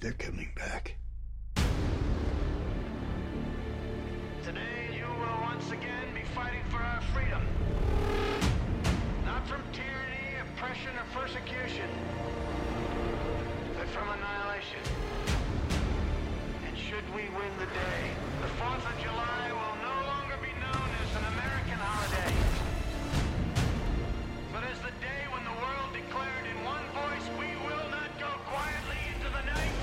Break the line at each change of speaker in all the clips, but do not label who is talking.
They're coming back.
Today, you will once again be fighting for our freedom. Not from tyranny, oppression, or persecution, but from annihilation. And should we win the day, the 4th of July will no longer be known as an American holiday, but as the day when the world declared in one voice, we will not go quietly into the night.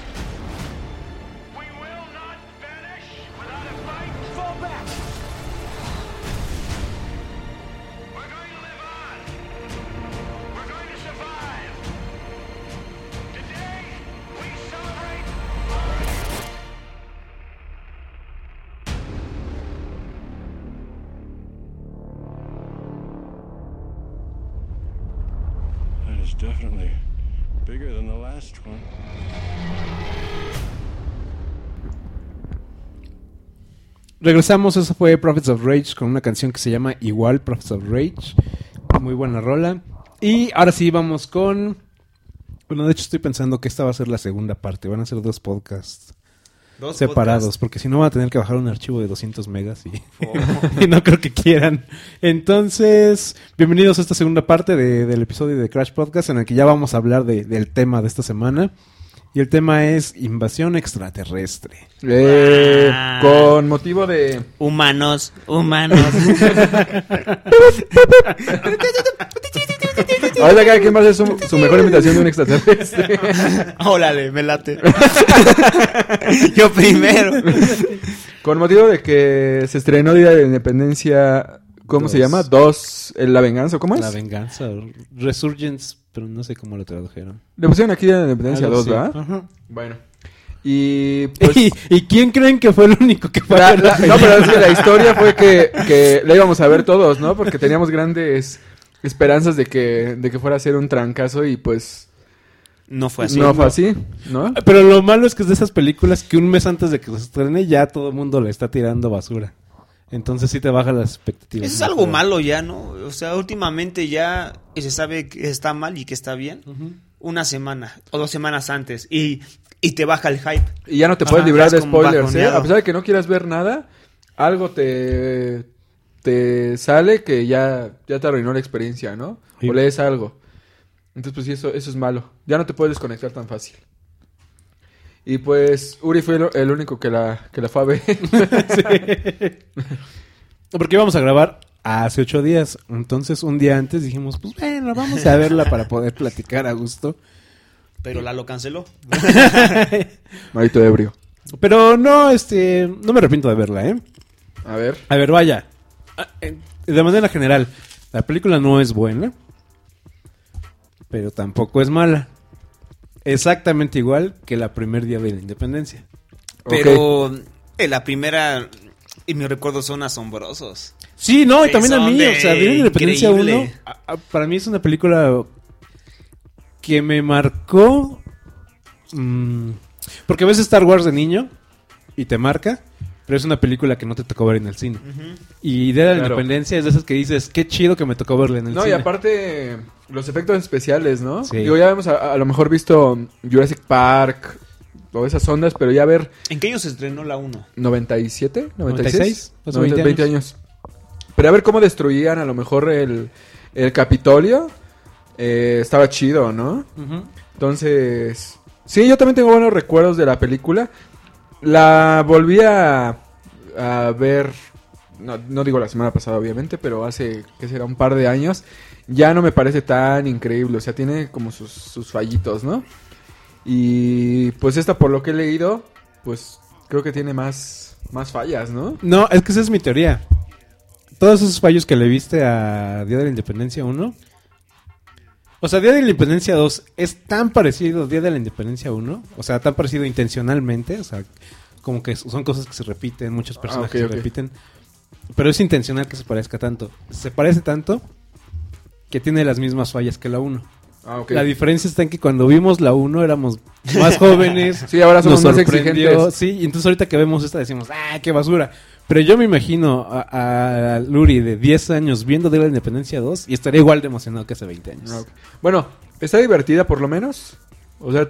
We will not vanish without a fight. Fall back! We're going to live on. We're going to survive. Today, we celebrate
That is definitely bigger than the last one.
Regresamos, eso fue Prophets of Rage con una canción que se llama igual Prophets of Rage. Muy buena rola. Y ahora sí vamos con... Bueno, de hecho estoy pensando que esta va a ser la segunda parte. Van a ser dos podcasts
Dos
separados, porque si no van a tener que bajar un archivo de 200 megas y, y no creo que quieran. Entonces, bienvenidos a esta segunda parte de- del episodio de Crash Podcast en el que ya vamos a hablar de- del tema de esta semana. Y el tema es invasión extraterrestre.
Eh,
Ah.
con motivo de...
Humanos, humanos.
Ahorita cada quien va a hacer su, su mejor imitación de un extraterrestre.
Órale, me late. Yo primero.
Con motivo de que se estrenó Día de la Independencia, ¿cómo se
Dos.
llama? Dos, eh, La Venganza, ¿o ¿cómo es?
La venganza, o Resurgence, pero no sé cómo lo tradujeron.
Le pusieron aquí Día de la Independencia
Algo
2,
así.
¿verdad?
Ajá.
Bueno. Y
¿Y,
pues...
y quién creen que fue el único que fue a
la-
ver la
la- no, pero es
película?
que la historia fue que, que la íbamos a ver todos, ¿no? Porque teníamos grandes esperanzas de que, de que fuera a ser un trancazo y pues...
No fue así.
no fue así, ¿no?
Pero lo malo es que es de esas películas que un mes antes de que se estrene ya todo el mundo le está tirando basura. Entonces sí te baja las expectativas.
Eso es algo malo ya, ¿no? O sea, últimamente ya se sabe que está mal y que está bien. Una semana o dos semanas antes. Y, y te baja el hype.
Y ya no te
Ajá,
puedes librar
ya
de
es como
spoilers, ¿eh?
bajoneado.
A pesar de que no quieras ver nada, algo te, te sale que ya, ya te arruinó la experiencia, ¿no?
Sí.
O lees algo. Entonces, pues sí, eso, eso es malo. Ya no te puedes desconectar tan fácil. Y pues Uri fue el, el único que la, que la fue a ver.
Porque íbamos a grabar hace ocho días. Entonces un día antes dijimos, pues bueno, vamos a verla para poder platicar a gusto.
Pero la lo canceló.
Marito ebrio.
Pero no, este, no me arrepiento de verla, ¿eh?
A ver.
A ver, vaya. Ah, eh, De manera general, la película no es buena, pero tampoco es mala. Exactamente igual que la primer día de la independencia.
Pero en la primera y mis recuerdos son asombrosos.
Sí, no, y
Sí,
también a
son
mí,
de
o sea, Día de la Independencia
increíble.
1, a- a- para mí es una película que me marcó. mm, porque ves Star Wars de niño y te marca, pero es una película que no te tocó ver en el cine. Y Día de la
Claro.
Independencia es de esas que dices, qué chido que me tocó verla en el
No,
cine.
y aparte, los efectos especiales, ¿no?
Sí.
Digo, ya hemos a, a lo mejor visto Jurassic Park o esas ondas, pero ya ver
¿En qué año se estrenó la 1?
97, 96,
96, hace
90,
20
20 años. Pero a ver cómo destruían a lo mejor el, el Capitolio. eh, estaba chido, ¿no?
Ujú.
Entonces, sí, yo también tengo buenos recuerdos de la película. La volví a, a ver, no, no digo la semana pasada obviamente, pero hace, que será, un par de años. Ya no me parece tan increíble, o sea, tiene como sus, sus fallitos, ¿no? Y pues esta, por lo que he leído, pues creo que tiene más, más fallas, ¿no?
No, es que esa es mi teoría. Todos esos fallos que le viste a Día de la Independencia 1. O sea, Día de la Independencia 2 es tan parecido a Día de la Independencia 1. O sea, tan parecido intencionalmente. O sea, como que son cosas que se repiten, muchos personajes
ok,
se
Ah, ok.
repiten. Pero es intencional que se parezca tanto. Se parece tanto que tiene las mismas fallas que la 1.
Ah, ok.
La diferencia está en que cuando vimos la 1 éramos más jóvenes.
Sí, ahora somos
nos
más
sorprendió,
exigentes.
Sí, y entonces ahorita que vemos esta decimos, ¡ah, qué basura! Pero yo me imagino a, a Luri de 10 años viendo de la Independencia 2 y estaría igual de emocionado que hace 20 años.
Ah, ok. Bueno, está divertida por lo menos. O sea,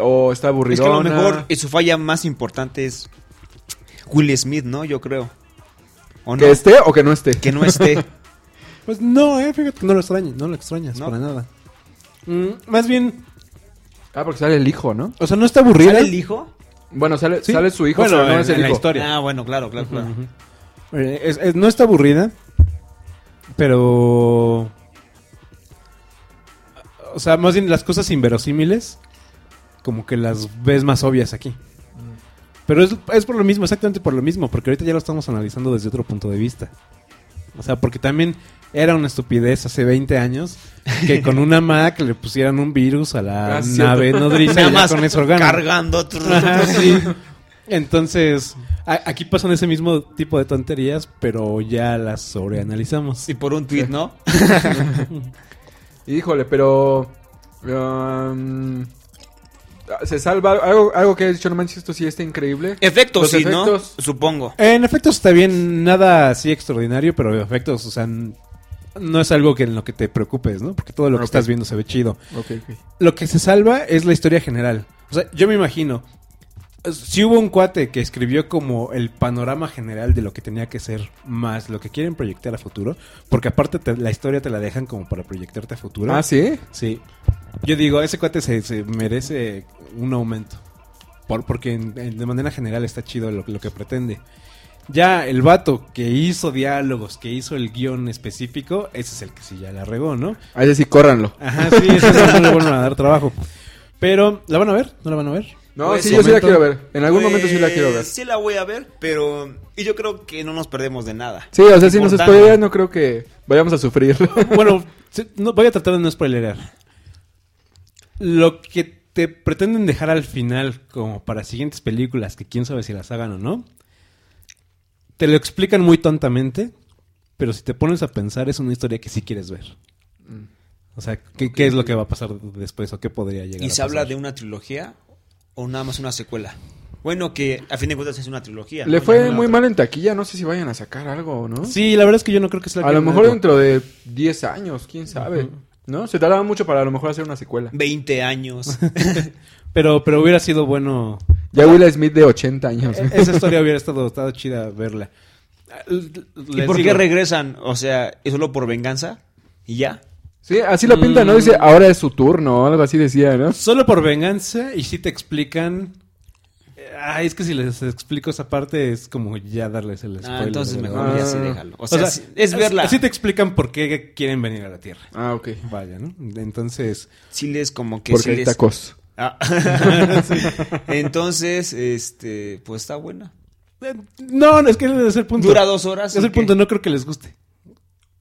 o está
Es
aburrido.
que a lo mejor eh, su falla más importante es Will Smith, ¿no? Yo creo. ¿O no?
que este- esté o que no esté.
Que no esté.
Pues no, eh, fíjate que no lo extrañas, no lo extrañas
No.
para nada. Mm, más bien,
Ah, porque sale el hijo, ¿no?
o sea, no está aburrida.
¿Sale el hijo?
Bueno, sale,
Sí.
sale su hijo,
Bueno,
pero no
en-
es el
en la
hijo.
historia.
Ah, bueno, claro, claro, claro.
Eh, es- es- no está aburrida, pero... O sea, más bien las cosas inverosímiles, como que las ves más obvias aquí. Pero es, es por lo mismo, exactamente por lo mismo, porque ahorita ya lo estamos analizando desde otro punto de vista. O sea, porque también era una estupidez hace 20 años que con una Mac le pusieran un virus a la
Ah, cierto.
nave nodriza y
Nada
ya
más
con eso ganan.
cargando. trrr,
Ajá,
trrr.
sí. Entonces, a- aquí pasan ese mismo tipo de tonterías, pero ya las sobreanalizamos.
Y por un tweet, ¿no?
Híjole, pero... um, se salva algo, algo que he dicho, no manches, esto sí está increíble.
Efectos,
Los
sí,
efectos.
¿no? Supongo.
En efectos está bien, nada así extraordinario, pero efectos, o sea, n- no es algo que en lo que te preocupes, ¿no? Porque todo lo que
Ok.
estás viendo se ve chido.
Ok, ok.
Lo que se salva es la historia general. O sea, yo me imagino, si hubo un cuate que escribió como el panorama general de lo que tenía que ser, más lo que quieren proyectar a futuro, porque aparte te- la historia te la dejan como para proyectarte a futuro.
Ah, ¿sí?
Sí. Yo digo, ese cuate se, se merece un aumento. Por, porque en- en- de manera general está chido lo, lo que pretende. Ya el vato que hizo diálogos, que hizo el guión específico, ese es el que sí ya la regó, ¿no?
Ah, ese sí, córranlo.
Ajá, sí, ese no le van a dar trabajo. Pero, ¿la van a ver? ¿No la van a ver?
No,
Pues,
sí, yo sí la
momento.
quiero ver. En algún momento sí la
Pues,
quiero ver.
Sí la voy a ver, pero... Y yo creo que no nos perdemos de nada.
Sí, o sea, si nos
Importante.
spoileas no creo que vayamos a sufrir.
Bueno, se- no, voy a tratar de no spoilerear. Lo que te pretenden dejar al final, como para siguientes películas, que quién sabe si las hagan o no, te lo explican muy tontamente, pero si te pones a pensar es una historia que sí quieres ver.
Mm.
O sea, ¿qué, qué es lo que va a pasar después o qué podría llegar
¿Y
a
se habla
pasar?
de una trilogía o nada más una secuela? Bueno, que a fin de cuentas es una trilogía.
Le
¿no? Ya
fue
no la
muy
otra.
mal en taquilla, no sé si vayan a sacar algo o no.
Sí, la verdad es que yo no creo que sea
A lo mejor dentro de 10 años, quién sabe. ¿No? Se tardaba mucho para a lo mejor hacer una secuela.
20 años.
Pero, pero hubiera sido bueno
Ya Will Smith de 80 años.
E- Esa historia hubiera estado, estado chida verla.
¿Y por qué regresan? O sea, ¿es solo por venganza? ¿Y ya?
Sí, así lo pinta, ¿no? Dice, ahora es su turno o algo así decía, ¿no?
Solo por venganza y si te explican... Eh, Ay, es que si les explico esa parte es como ya darles el spoiler.
Ah, entonces
de la
mejor
verdad.
ya
Ah.
sí déjalo. O
O
sea,
sea,
sí- es verla.
Así te explican por qué quieren venir a la Tierra.
Ah, ok.
Vaya, ¿no? Entonces...
Sí les como que... sí
Porque hay
les-
tacos.
Ah. Entonces, este, pues está buena.
eh, No, no, es que es el punto.
Dura dos horas.
Es el
¿o qué?
punto, no creo que les guste.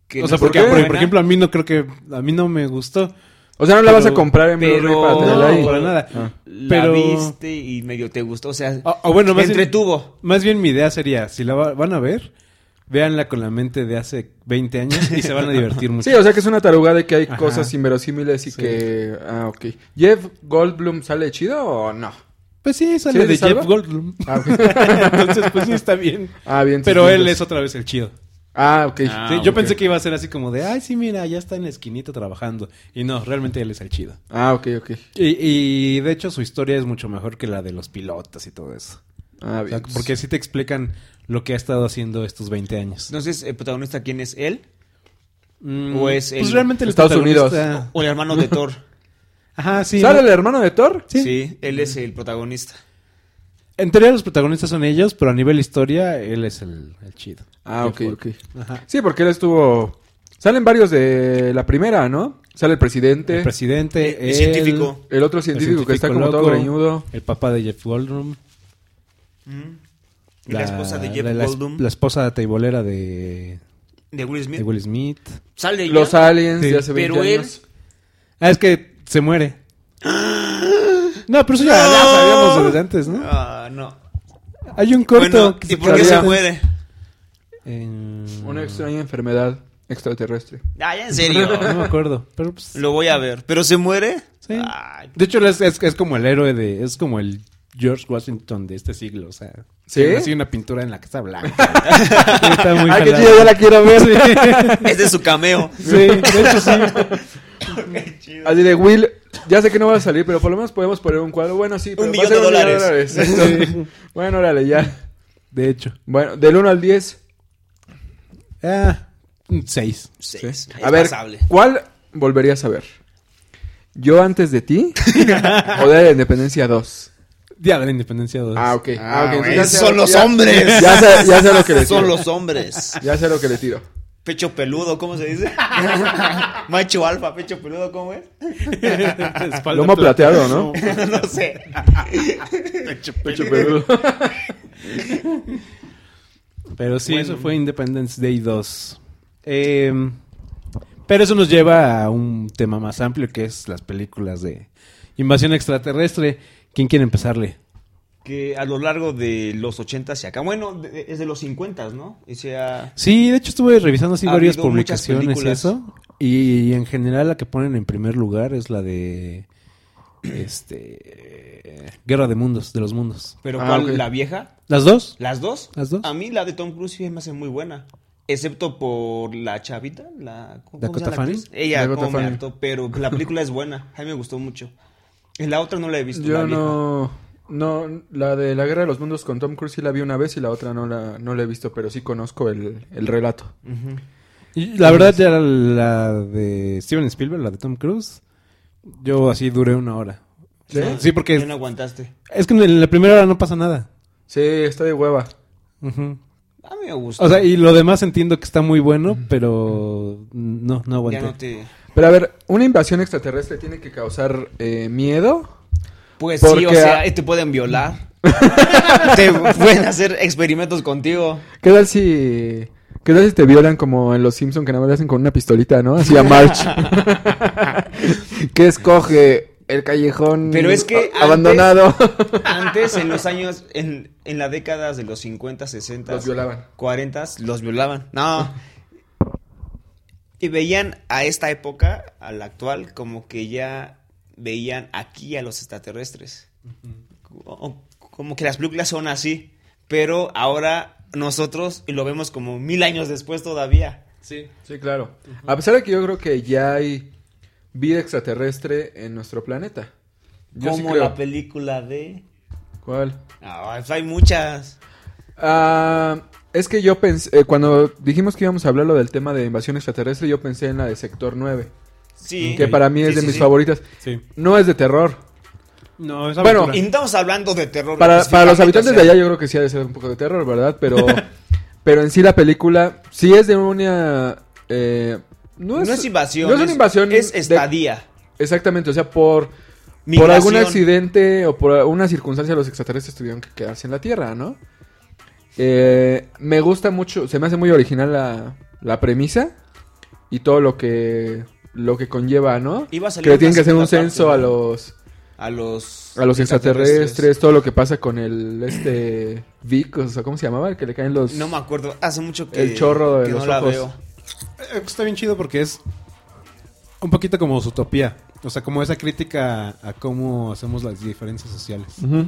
Que
o
no
sea,
está
porque
¿por qué?
por, por
buena.
ejemplo a mí no creo que... A mí no me gustó.
O sea, no la vas a
Pero-
comprar en
pero-
Blu-ray para
No,
tenerla ahí.
para nada.
Ah.
Oh. la
pero-
viste y medio te gustó. O sea,
O, o bueno,
me
más bien-
entretuvo.
Más bien mi idea sería, si la va- van a ver, véanla con la mente de hace 20 años y se van a divertir mucho.
Sí, o sea que es una taruga de que hay
Ajá.
cosas inverosímiles y
Sí.
que... Ah, ok. ¿Jeff Goldblum sale chido o no?
Pues sí, sale
¿Sí
de
se salva?
Jeff Goldblum.
Ah, ok.
Entonces, pues sí, está bien.
Ah, bien. sí,
Pero
sí,
él
entonces-
es otra vez el chido.
Ah, ok.
Ah,
Sí, yo
ok.
pensé que iba a ser así como de, ay, sí, mira, ya está en la esquinita trabajando. Y no, realmente él es el chido.
Ah, ok, ok.
Y, y, de hecho su historia es mucho mejor que la de los pilotos y todo eso.
Ah,
O sea,
bien.
porque sí te explican lo que ha estado haciendo estos 20 años.
Entonces, ¿el protagonista quién es? ¿Él?
Mm,
o es
pues
el-
realmente el
Estados Unidos.
protagonista-
¿O el hermano de Thor?
Ajá, sí.
¿Sale
¿no?
el hermano de Thor?
Sí.
él es el protagonista.
En teoría los protagonistas son ellos, pero a nivel historia él es el, el chido.
Ah, ok, ok.
Ajá.
Sí, porque él estuvo... Salen varios de la primera, ¿no? Sale el presidente.
El
El,
presidente,
El- el
él,
científico.
otro
el
Eh, científico, que está como
científico
todo
loco,
greñudo.
El papá de Jeff Goldblum.
Y La, esposa de Jeff
la- la es-
Goldblum.
La esposa teibolera de,
de Will Smith.
de Will Smith.
Sale ella,
Los aliens
Sí.
de hace 20
pero él...
años.
Ah, es que se muere. No, pero eso ya,
Ah,
ya sabíamos desde antes, ¿no?
Ah, no.
Hay un corto.
bueno,
que
¿y
se
por
sabía.
qué se
traduce-
muere?
en-
Una extraña enfermedad extraterrestre.
Ah, ya en serio.
No me acuerdo, pero pues,
Lo voy a ver. ¿Pero se muere?
sí.
Ay,
De hecho, es, es, es como el héroe de... Es como el George Washington de este siglo, o sea...
¿Sí?
tiene Así una pintura en la Casa Blanca. Está muy
Ay, qué
jalado.
chido, ya la quiero ver.
Sí.
es de su cameo.
Sí, de hecho sí.
Qué chido.
Así de Will, ya sé que no va a salir, pero por lo menos podemos poner un cuadro. Bueno, sí, pero va a
millón
ser
de
un millón
dólares.
dólares, exacto. bueno, órale, ya.
De hecho.
Bueno, del 1 al 10.
Ah, un 6.
Sí,
Sí.
es
A ver,
pasable.
¿cuál volverías a ver? ¿Yo antes de ti? ¿O de la Independencia 2?
Día de la Independencia 2.
Ah, ok.
Ah,
ok,
güey,
entonces ya sé-
son los
ya-
hombres.
Ya sé, ya sé lo que le tiro.
Son los hombres.
Ya sé lo que le tiro.
Pecho peludo, ¿cómo se dice? Macho alfa, pecho peludo, ¿cómo es?
Espalda
Lomo plateado, ¿no?
no sé.
Pecho peludo.
Pero sí,
Bueno.
eso fue Independence Day 2. Eh, pero eso nos lleva a un tema más amplio que es las películas de invasión extraterrestre. ¿Quién quiere empezarle?
Que a lo largo de los 80 y acá, bueno, de- es de los 50, ¿no? Y sea,
Sí, de hecho estuve revisando así
Ha
varias
habido muchas
publicaciones y
películas.
eso. Y en general la que ponen en primer lugar es la de este Guerra de Mundos, de los Mundos.
pero
Ah,
¿cuál?
ok.
¿La vieja?
¿Las dos?
¿Las dos?
Las dos.
A mí la de Tom Cruise sí me hace muy buena. Excepto por la chavita, la... ¿cómo- cómo se
¿Dakota
llama la
Fanning?
actriz? Ella
Dakota
como me
Fanning.
hartó, pero la película es buena. A mí me gustó mucho. En la otra no la he visto, la
Yo
vieja.
no... No, la de la Guerra de los Mundos con Tom Cruise sí la vi una vez y la otra no la, no la he visto, pero sí conozco el, el relato.
Mm.
Y La verdad ya la de Steven Spielberg, la de Tom Cruise, yo así duré una hora.
¿Sí?
Sí, porque
Ya no aguantaste.
Es que en la primera hora no pasa nada.
Sí, está de hueva.
Ujú.
A mí me gusta.
O sea, y lo demás entiendo que está muy bueno, pero no, no aguanté.
ya no te...
Pero a ver, ¿una invasión extraterrestre tiene que causar eh, miedo?
Pues sí,
Porque
o
a-
sea, te pueden violar. te pueden hacer experimentos contigo.
¿Qué tal si... ¿Qué tal si te violan como en Los Simpson que nada más le hacen con una pistolita, ¿no? Así a March. ¿Qué escoge? El callejón
Pero es que
Mm, a-
antes-
abandonado.
Antes, en los años, en, en las décadas de los 50, 60,
Los violaban.
40, los violaban. No. Y veían a esta época, a la actual, como que ya veían aquí a los extraterrestres. O- Como que las películas son así. Pero ahora nosotros lo vemos como mil años después todavía.
Sí, claro. A pesar de que yo creo que ya hay vida extraterrestre en nuestro planeta. Yo sí
como
creo.
la película de...
¿Cuál?
Ah, hay muchas.
Ah, es que yo pensé, eh, cuando dijimos que íbamos a hablar lo del tema de invasión extraterrestre, yo pensé en la de Sector 9,
Sí.
que para mí es
Sí,
de
sí,
mis
sí.
favoritas.
Sí.
No es de terror.
No, esa
Bueno,
Y
aventura.
no estamos hablando de terror.
Para, para los habitantes de
allá
allá yo creo que sí ha de ser un poco de terror, ¿verdad? Pero, pero en sí la película sí es de una... eh,
No es, invasión.
No es una invasión.
Es
de-
estadía.
exactamente, o sea, por... Por
Migración.
algún accidente o por una circunstancia los extraterrestres tuvieron que quedarse en la Tierra, ¿no? Eh, me gusta mucho, se me hace muy original la, la premisa y todo lo que lo que conlleva, ¿no?
Iba a salir
que
una
tienen que hacer un
segunda parte,
censo
¿no?
a los
A los,
a los extraterrestres, todo lo que pasa con el este Vic, o sea, ¿cómo se llamaba? El que le caen los
No me acuerdo. Hace mucho que.
El chorro de
que
los
no
ojos.
la veo.
Eh, Está bien chido porque es un poquito como utopía. O sea, como esa crítica a cómo hacemos las diferencias sociales.
Ujú.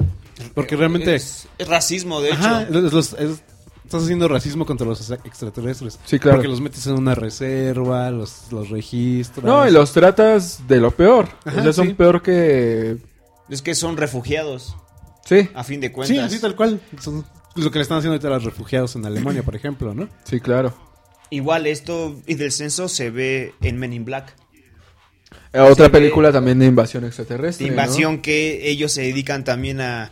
Porque realmente...
Es, es racismo, de hecho.
Ajá, es los- es- estás haciendo racismo contra los exa- extraterrestres.
Sí, claro.
Porque los metes en una reserva, los, los registras.
No, y los tratas de lo peor.
Ajá,
o sea, son
sí.
peor que
Es que son refugiados,
Sí,
a fin de cuentas.
Sí, así tal cual. Son lo que le están haciendo ahorita a los refugiados en Alemania, por ejemplo, ¿no?
sí, claro.
Igual esto y del censo se ve en Men in Black.
Eh, Otra
Sí,
película también de invasión extraterrestre.
De
¿no?
invasión que ellos se dedican también a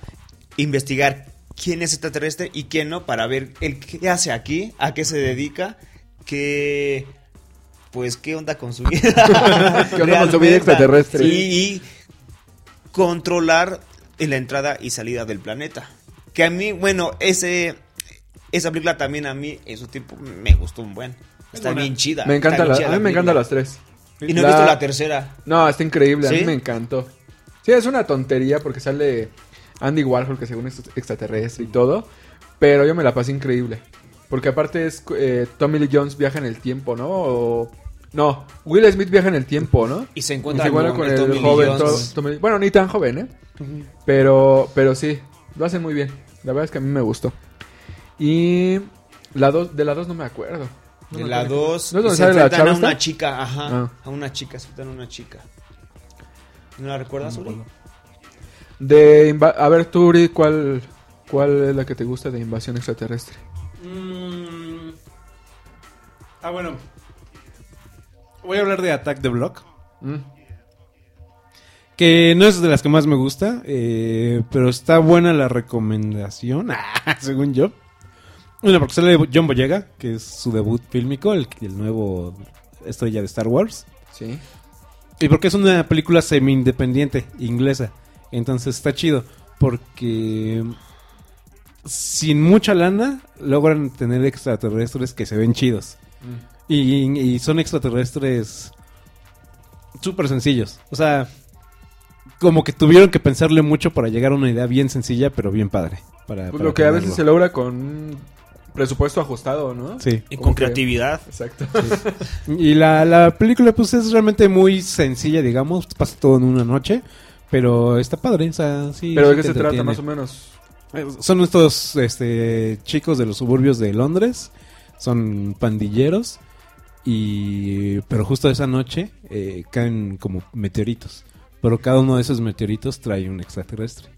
investigar quién es extraterrestre y quién no para ver el qué hace aquí, a qué se dedica, qué pues qué onda con su vida.
¿Qué onda con su vida extraterrestre?
Y, y controlar la entrada y salida del planeta. Que a mí, bueno, ese esa película también a mí en su tiempo me gustó un buen. Está bien chida.
Me encanta
está bien
la,
chida
a mí me encantan las
película.
tres.
Y no he
la-
visto la tercera.
No, está increíble, a
¿Sí?
mí me encantó. Sí, es una tontería porque sale Andy Warhol, que según es extraterrestre y todo, pero yo me la pasé increíble. Porque aparte es eh, Tommy Lee Jones viaja en el tiempo, ¿no? O- no, Will Smith viaja en el tiempo, ¿no?
Y se
Y
encuentra
se encuentra Pues con el, joven, to- Tommy Lee- bueno, ni tan joven, ¿eh? Pero, pero sí, lo hacen muy bien. La verdad es que a mí me gustó. Y la dos, de la dos no me acuerdo. No
en
me
la
acuerdo.
2
¿No es donde
se
sale la
enfrentan
chava
a una
esta?
chica, ajá,
Ah.
a una chica, se enfrentan a una chica. ¿No la recuerdas, Uri?
De inva- a ver, tú, Uri, ¿cuál, ¿cuál es la que te gusta de invasión extraterrestre?
Mm. Ah, bueno. Voy a hablar de Attack the Block.
Mm.
Que no es de las que más me gusta, eh, pero está buena la recomendación, ah, según yo. Bueno, porque sale John Boyega, que es su debut fílmico, el, el nuevo estrella de Star Wars.
Sí.
Y porque es una película semi-independiente, inglesa. Entonces está chido, porque sin mucha lana logran tener extraterrestres que se ven chidos. Y, y son extraterrestres súper sencillos. O sea, como que tuvieron que pensarle mucho para llegar a una idea bien sencilla, pero bien padre. Para,
Pues
para
lo que a veces se
tenerlo.
logra con un presupuesto ajustado, ¿no?
Sí.
Y
Como
con
que-
creatividad.
Exacto.
Y la, la película, pues es realmente muy sencilla, digamos. Pasa todo en una noche. Pero está padre, o sea, sí.
Pero
sí
de qué
te
se trata
entretiene.
más o menos.
Eh, Son estos este, chicos de los suburbios de Londres. Son pandilleros. Y, pero justo esa noche eh, caen como meteoritos. Pero cada uno de esos meteoritos trae un extraterrestre.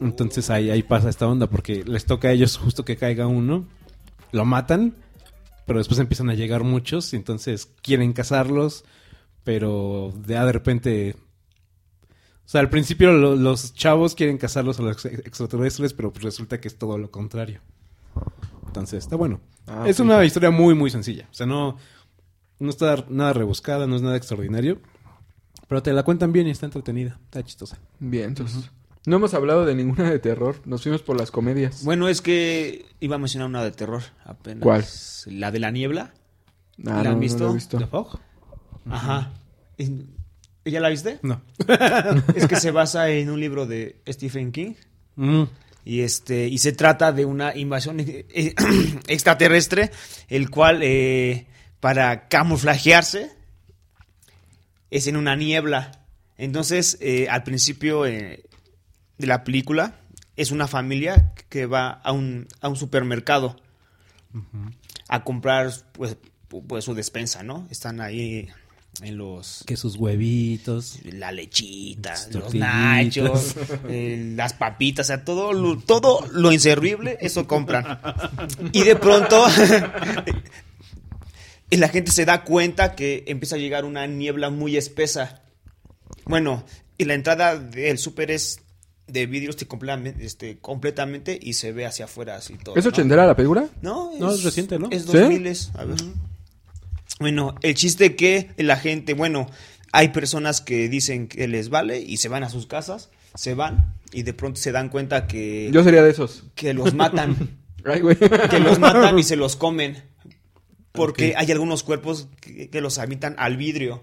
Entonces ahí, ahí pasa esta onda. Porque les toca a ellos justo que caiga uno. Lo matan. Pero después empiezan a llegar muchos. Y entonces quieren cazarlos. Pero ya de repente o sea, al principio lo- los chavos quieren cazarlos a los ex- extraterrestres, pero pues resulta que es todo lo contrario. Entonces, está bueno.
Ah,
es
ok.
una historia muy, muy sencilla. O sea, no, no está nada rebuscada, no es nada extraordinario. Pero te la cuentan bien y está entretenida. Está chistosa.
Bien, entonces. No hemos hablado de ninguna de terror. Nos fuimos por las comedias.
Bueno, es que iba a mencionar una de terror apenas.
¿Cuál?
La de la niebla.
Ah,
¿la han
no, no
visto?
he visto.
¿The Fog?
Ajá. ¿Y- ¿y ¿Ya la viste?
No.
es que se basa en un libro de Stephen King.
Mm.
Y, este, y se trata de una invasión eh, eh, extraterrestre, el cual eh, para camuflajearse es en una niebla. Entonces, eh, al principio eh, de la película, es una familia que va a un, a un supermercado a comprar pues, pu- pues, su despensa, ¿no? Están ahí en los
Que sus huevitos.
la lechita,
Las
los
tortillitas.
nachos, eh, las papitas, o sea, todo lo, todo lo inservible, eso compran. Y de pronto y la gente se da cuenta que empieza a llegar una niebla muy espesa. Bueno, y la entrada del súper es de vidrios que completamente, este, completamente y se ve hacia afuera así todo.
¿Es
¿no?
ochentera la película?
No,
No, es reciente, ¿no?
Es
¿Sí?
2000, a ver. Bueno, el chiste que la gente, bueno, hay personas que dicen que les vale y se van a sus casas, se van y de pronto se dan cuenta que,
Yo sería de esos.
que los matan,
Ay, güey.
que los matan y se los comen. Porque hay algunos cuerpos que, que los habitan al vidrio.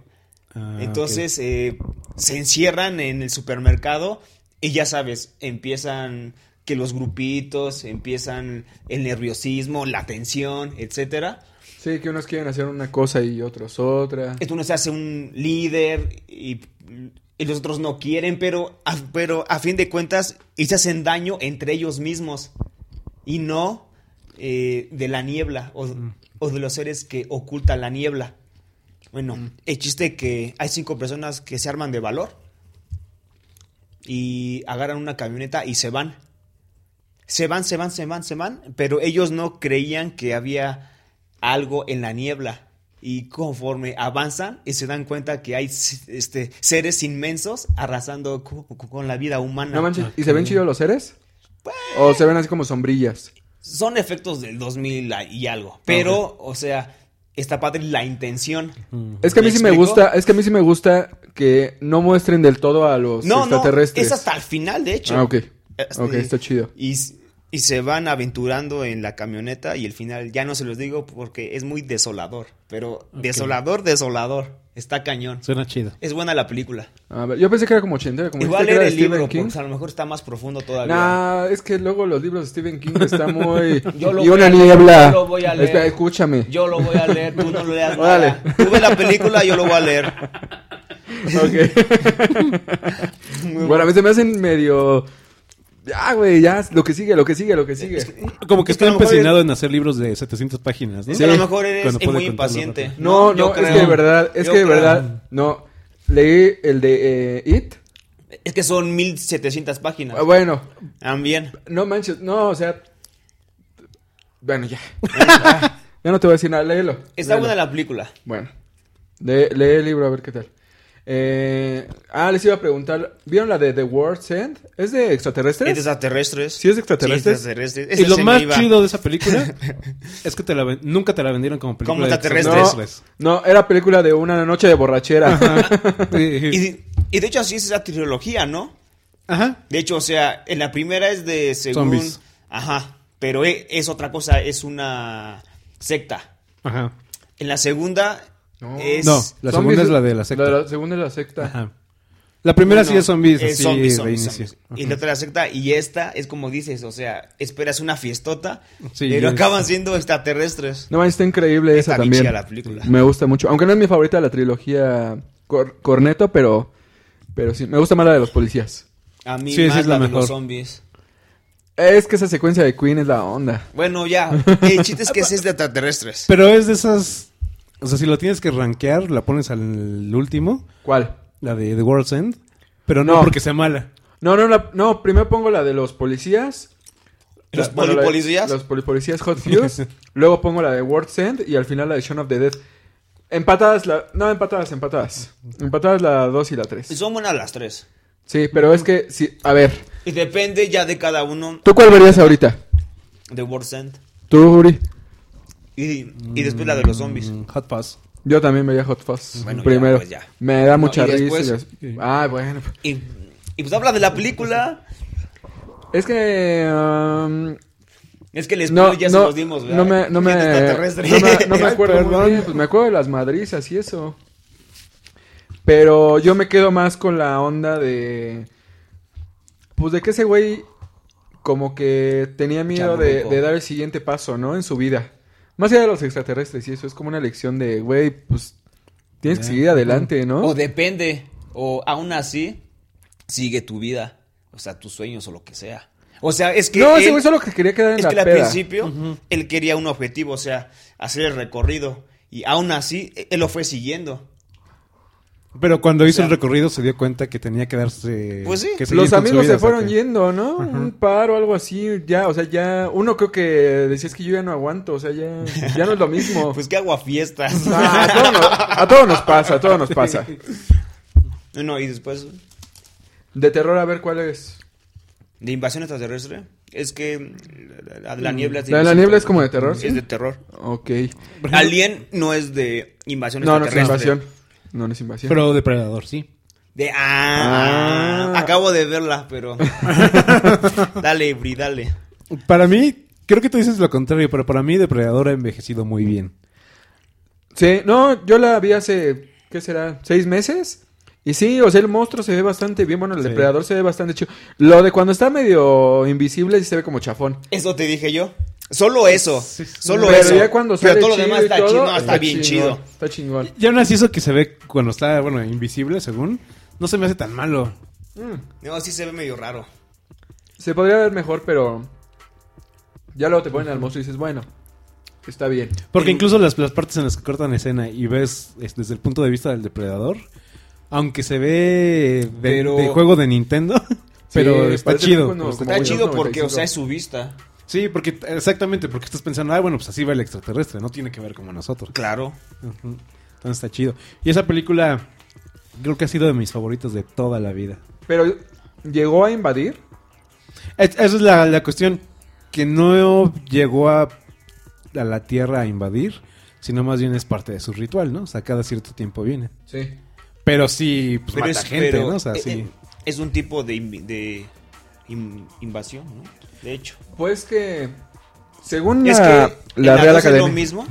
Ah,
Entonces eh, se encierran en el supermercado y ya sabes, empiezan que los grupitos, empiezan el nerviosismo, la tensión, etcétera.
Sí, que unos quieren hacer una cosa y otros otra.
Entonces uno se hace un líder y, y los otros no quieren, pero a, pero a fin de cuentas y se hacen daño entre ellos mismos y no eh, de la niebla o, o de los seres que ocultan la niebla. Bueno, el chiste que hay cinco personas que se arman de valor y agarran una camioneta y se van. Se van, se van, se van, se van, pero ellos no creían que había algo en la niebla. Y conforme avanzan y se dan cuenta que hay este, seres inmensos arrasando cu- cu- con la vida humana.
No manches. ¿Y se ven chidos los seres? ¿O se ven así como sombrillas?
Son efectos del 2000 y
Ah,
algo. Pero, o sea, está padre la intención.
Es que a mí
¿Me
sí me
explico?
gusta, es que a mí sí me gusta que no muestren del todo a los
No, no,
extraterrestres.
es hasta el final, de hecho.
Ah, ok.
Este,
Ok, está chido.
Y, s- y se van aventurando en la camioneta y el final, ya no se los digo porque es muy desolador. Pero desolador, desolador. Está cañón.
Suena chido.
Es buena la película.
A ver, yo pensé que era como ochentera, como
Igual
dijiste
leer
que
el
era de
libro,
Stephen
porque a lo mejor está más profundo todavía.
Nah, es que luego los libros de Stephen King están muy...
Yo lo
y
voy
una
a leer,
niebla.
yo lo voy a leer.
Espera, escúchame.
Yo lo voy a leer, tú no lo leas
Órale.
nada. Tú ve la película, yo lo voy a leer.
Ok. bueno, a mí se me hacen medio Ya, güey, ya, lo que sigue, lo que sigue, lo que sigue.
Como que
Es que
está
a lo mejor
empecinado en hacer libros de 700 páginas, ¿no?
Es que a lo mejor eres
Cuando
muy
puede contarlo
impaciente.
rápido.
No,
Yo
no, es
creo.
que de verdad, es
Yo
que de
creo.
verdad, no. Leí el de eh, It. Ah,
Es que son 1700 páginas.
Bueno,
También.
no manches, no, o sea. Bueno, ya. Ah, ya no te voy a decir nada, léelo.
Está
léelo.
buena la película.
Bueno, lee, lee el libro a ver qué tal. Eh, ah, les iba a preguntar, ¿vieron la de The World's End? ¿Es de
Es
extraterrestres?
de extraterrestres.
¿Sí es de extraterrestres?
Sí, es de extraterrestres.
Y
Esa
lo
se me
más
iba.
chido de esa película es que te la ven- nunca te la vendieron como película
Como
de
extraterrestre.
extraterrestres.
No, no, era película de una noche de borrachera.
pues. Sí.
Y, y de hecho así es la trilogía, ¿no?
Ajá.
De hecho, o sea, en la primera es de según...
Zombies.
Ajá. Pero e- es otra cosa, es una secta.
Ajá.
En la segunda
No.
es...
No. La
Zombies-
segunda es la de la secta.
La, la segunda es la secta.
Ajá. La primera
Bueno,
sí es zombies,
es
así
zombies,
de
zombies,
inicio.
zombies. Y la otra la secta, y esta es como dices, o sea, esperas una fiestota,
Sí,
pero
es-
acaban siendo extraterrestres.
No, está increíble
Está
esa
bien
también.
chida la película.
Me gusta mucho. Aunque no es mi favorita la trilogía Cor- Corneto, pero, pero sí. Me gusta más la de los policías.
A mí
Sí, esa
más
es la
la de los
mejor.
zombies.
Es que esa secuencia de Queen es la onda.
Bueno, ya, el chiste es que sí es de extraterrestres.
Pero es de esas. O sea, si lo tienes que rankear, la pones al último,
¿Cuál?
la de The World's End. Pero no,
No.
porque sea mala.
No, no, la- no. Primero pongo la de los policías.
Los
La- bueno, la de-
polipolicías.
Los polipolicías Hot Fuse. luego pongo la de World's End y al final la de Shaun of the Dead. Empatadas la... No, empatadas, empatadas. Empatadas la 2 y la 3.
Son buenas las tres.
Sí, pero es que... Sí, a ver.
Y depende ya de cada uno
¿Tú cuál verías ahorita?
de World's End.
Tú, Uri.
Y, y después la de los zombies.
Mm, Hot Pass.
Yo también veía Hot Fuzz
Bueno, ya,
primero.
pues, ya.
Me da
No,
mucha
y
risa. y
después-
des- Ah, bueno.
Y, y pues habla de la película.
Es que... um,
Es que les
no,
ya se
no,
los dimos, ¿verdad?
no me, no me,
Gente extraterrestre.
no me, no me
Ay,
acuerdo muy
perdón.
bien, pues me acuerdo de las madrizas y eso. Pero yo me quedo más con la onda de... Pues de que ese güey como que tenía miedo de,
Chaborruco.
de dar el siguiente paso, ¿no? En su vida. Más allá de los extraterrestres y eso, es como una lección de, güey, pues tienes que seguir adelante, ¿no?
O depende. O aún así, sigue tu vida. O sea, tus sueños o lo que sea. O sea, es que.
no,
él-
ese güey solo que quería quedar en
Es
la
que al
peda.
principio él quería un objetivo, o sea, hacer el recorrido. Y aún así, e, él lo fue siguiendo.
Pero cuando hizo
sea-
el recorrido se dio cuenta que tenía que darse.
Pues sí.
que seguir
Los
con su
amigos
vida,
se
o sea
fueron
que-
yendo, ¿no? Un paro, algo así, ya, o sea, ya... Uno creo que decía, es que yo ya no aguanto, o sea, ya, ya no es lo mismo.
Pues que hago a fiestas.
Ah, a, todos nos, a todos nos pasa, a todos nos pasa.
no, y después
De terror, a ver cuál es.
de invasión extraterrestre, es que la, la- la niebla es
Mm. La de la
invasión
niebla es como de terror,
extraterrestre.
¿sí?
Es de terror.
Ok.
Alien no es de invasión
No, no es
extraterrestre.
invasión. No, no es invasión.
Pero depredador, sí.
De
Ah.
ah, acabo de verla, pero dale, Bri, dale.
Para mí, creo que tú dices lo contrario, pero para mí Depredador ha envejecido muy bien.
Sí, no, yo la vi hace, ¿qué será? ¿Seis meses? Y sí, o sea, el monstruo se ve bastante bien, bueno, el
Sí.
depredador se ve bastante chido. Lo de cuando está medio invisible sí se ve como chafón.
Eso te dije yo. Solo eso, solo
Pero
eso.
ya cuando
pero
sale
todo lo
chido
demás
y
está
todo,
chido, no, está bien
chingón,
chido.
Está chingón.
Y aún así, eso que se ve cuando está, bueno, invisible, según, no se me hace tan malo.
No, sí se ve medio raro.
Mm, Se podría ver mejor, pero ya luego te ponen al monstruo y dices, bueno, está bien.
Porque
En-
incluso las, las partes en las que cortan escena y ves es, desde el punto de vista del depredador, aunque se ve de,
Pero-
de juego de Nintendo, pero
Sí,
está
parece
chido.
cuando-
Está-
como
Está
Windows
chido porque, o
95.
sea, es su vista.
Sí, porque exactamente, porque estás pensando, ah, bueno, pues así va el extraterrestre, no tiene que ver como nosotros.
Claro.
Ujú. Entonces está chido. Y esa película creo que ha sido de mis favoritos de toda la vida.
Pero llegó a invadir.
Es- esa es la, la cuestión, que no llegó a, a la Tierra a invadir, sino más bien es parte de su ritual, ¿no? O sea, cada cierto tiempo viene.
Sí.
Pero sí, pues mata gente,
pero,
¿no? O sea,
eh,
sí.
eh, es un tipo de, inv- de in- invasión, ¿no? De hecho.
Pues que. Según
es
la,
que
la Real
en la 2 es lo
Academia.
mismo.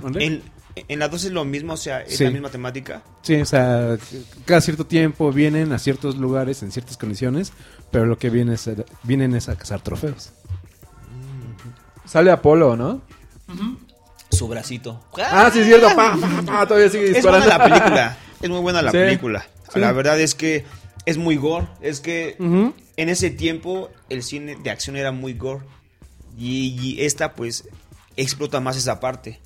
¿Dónde?
En, en la 2 es lo mismo, o sea, es
Sí.
la misma temática.
Sí, o sea, cada cierto tiempo vienen a ciertos lugares en ciertas condiciones, pero lo que viene es, vienen es a cazar trofeos.
Sale Apolo, ¿no?
Su bracito.
Ah, sí, es cierto. Pa, pa, pa, todavía sigue
Es buena
disparando.
la película. Es muy buena la
Sí.
película. La verdad es que es muy gore. Es que en ese tiempo el cine de acción era muy gore. Y, y esta pues explota más esa parte.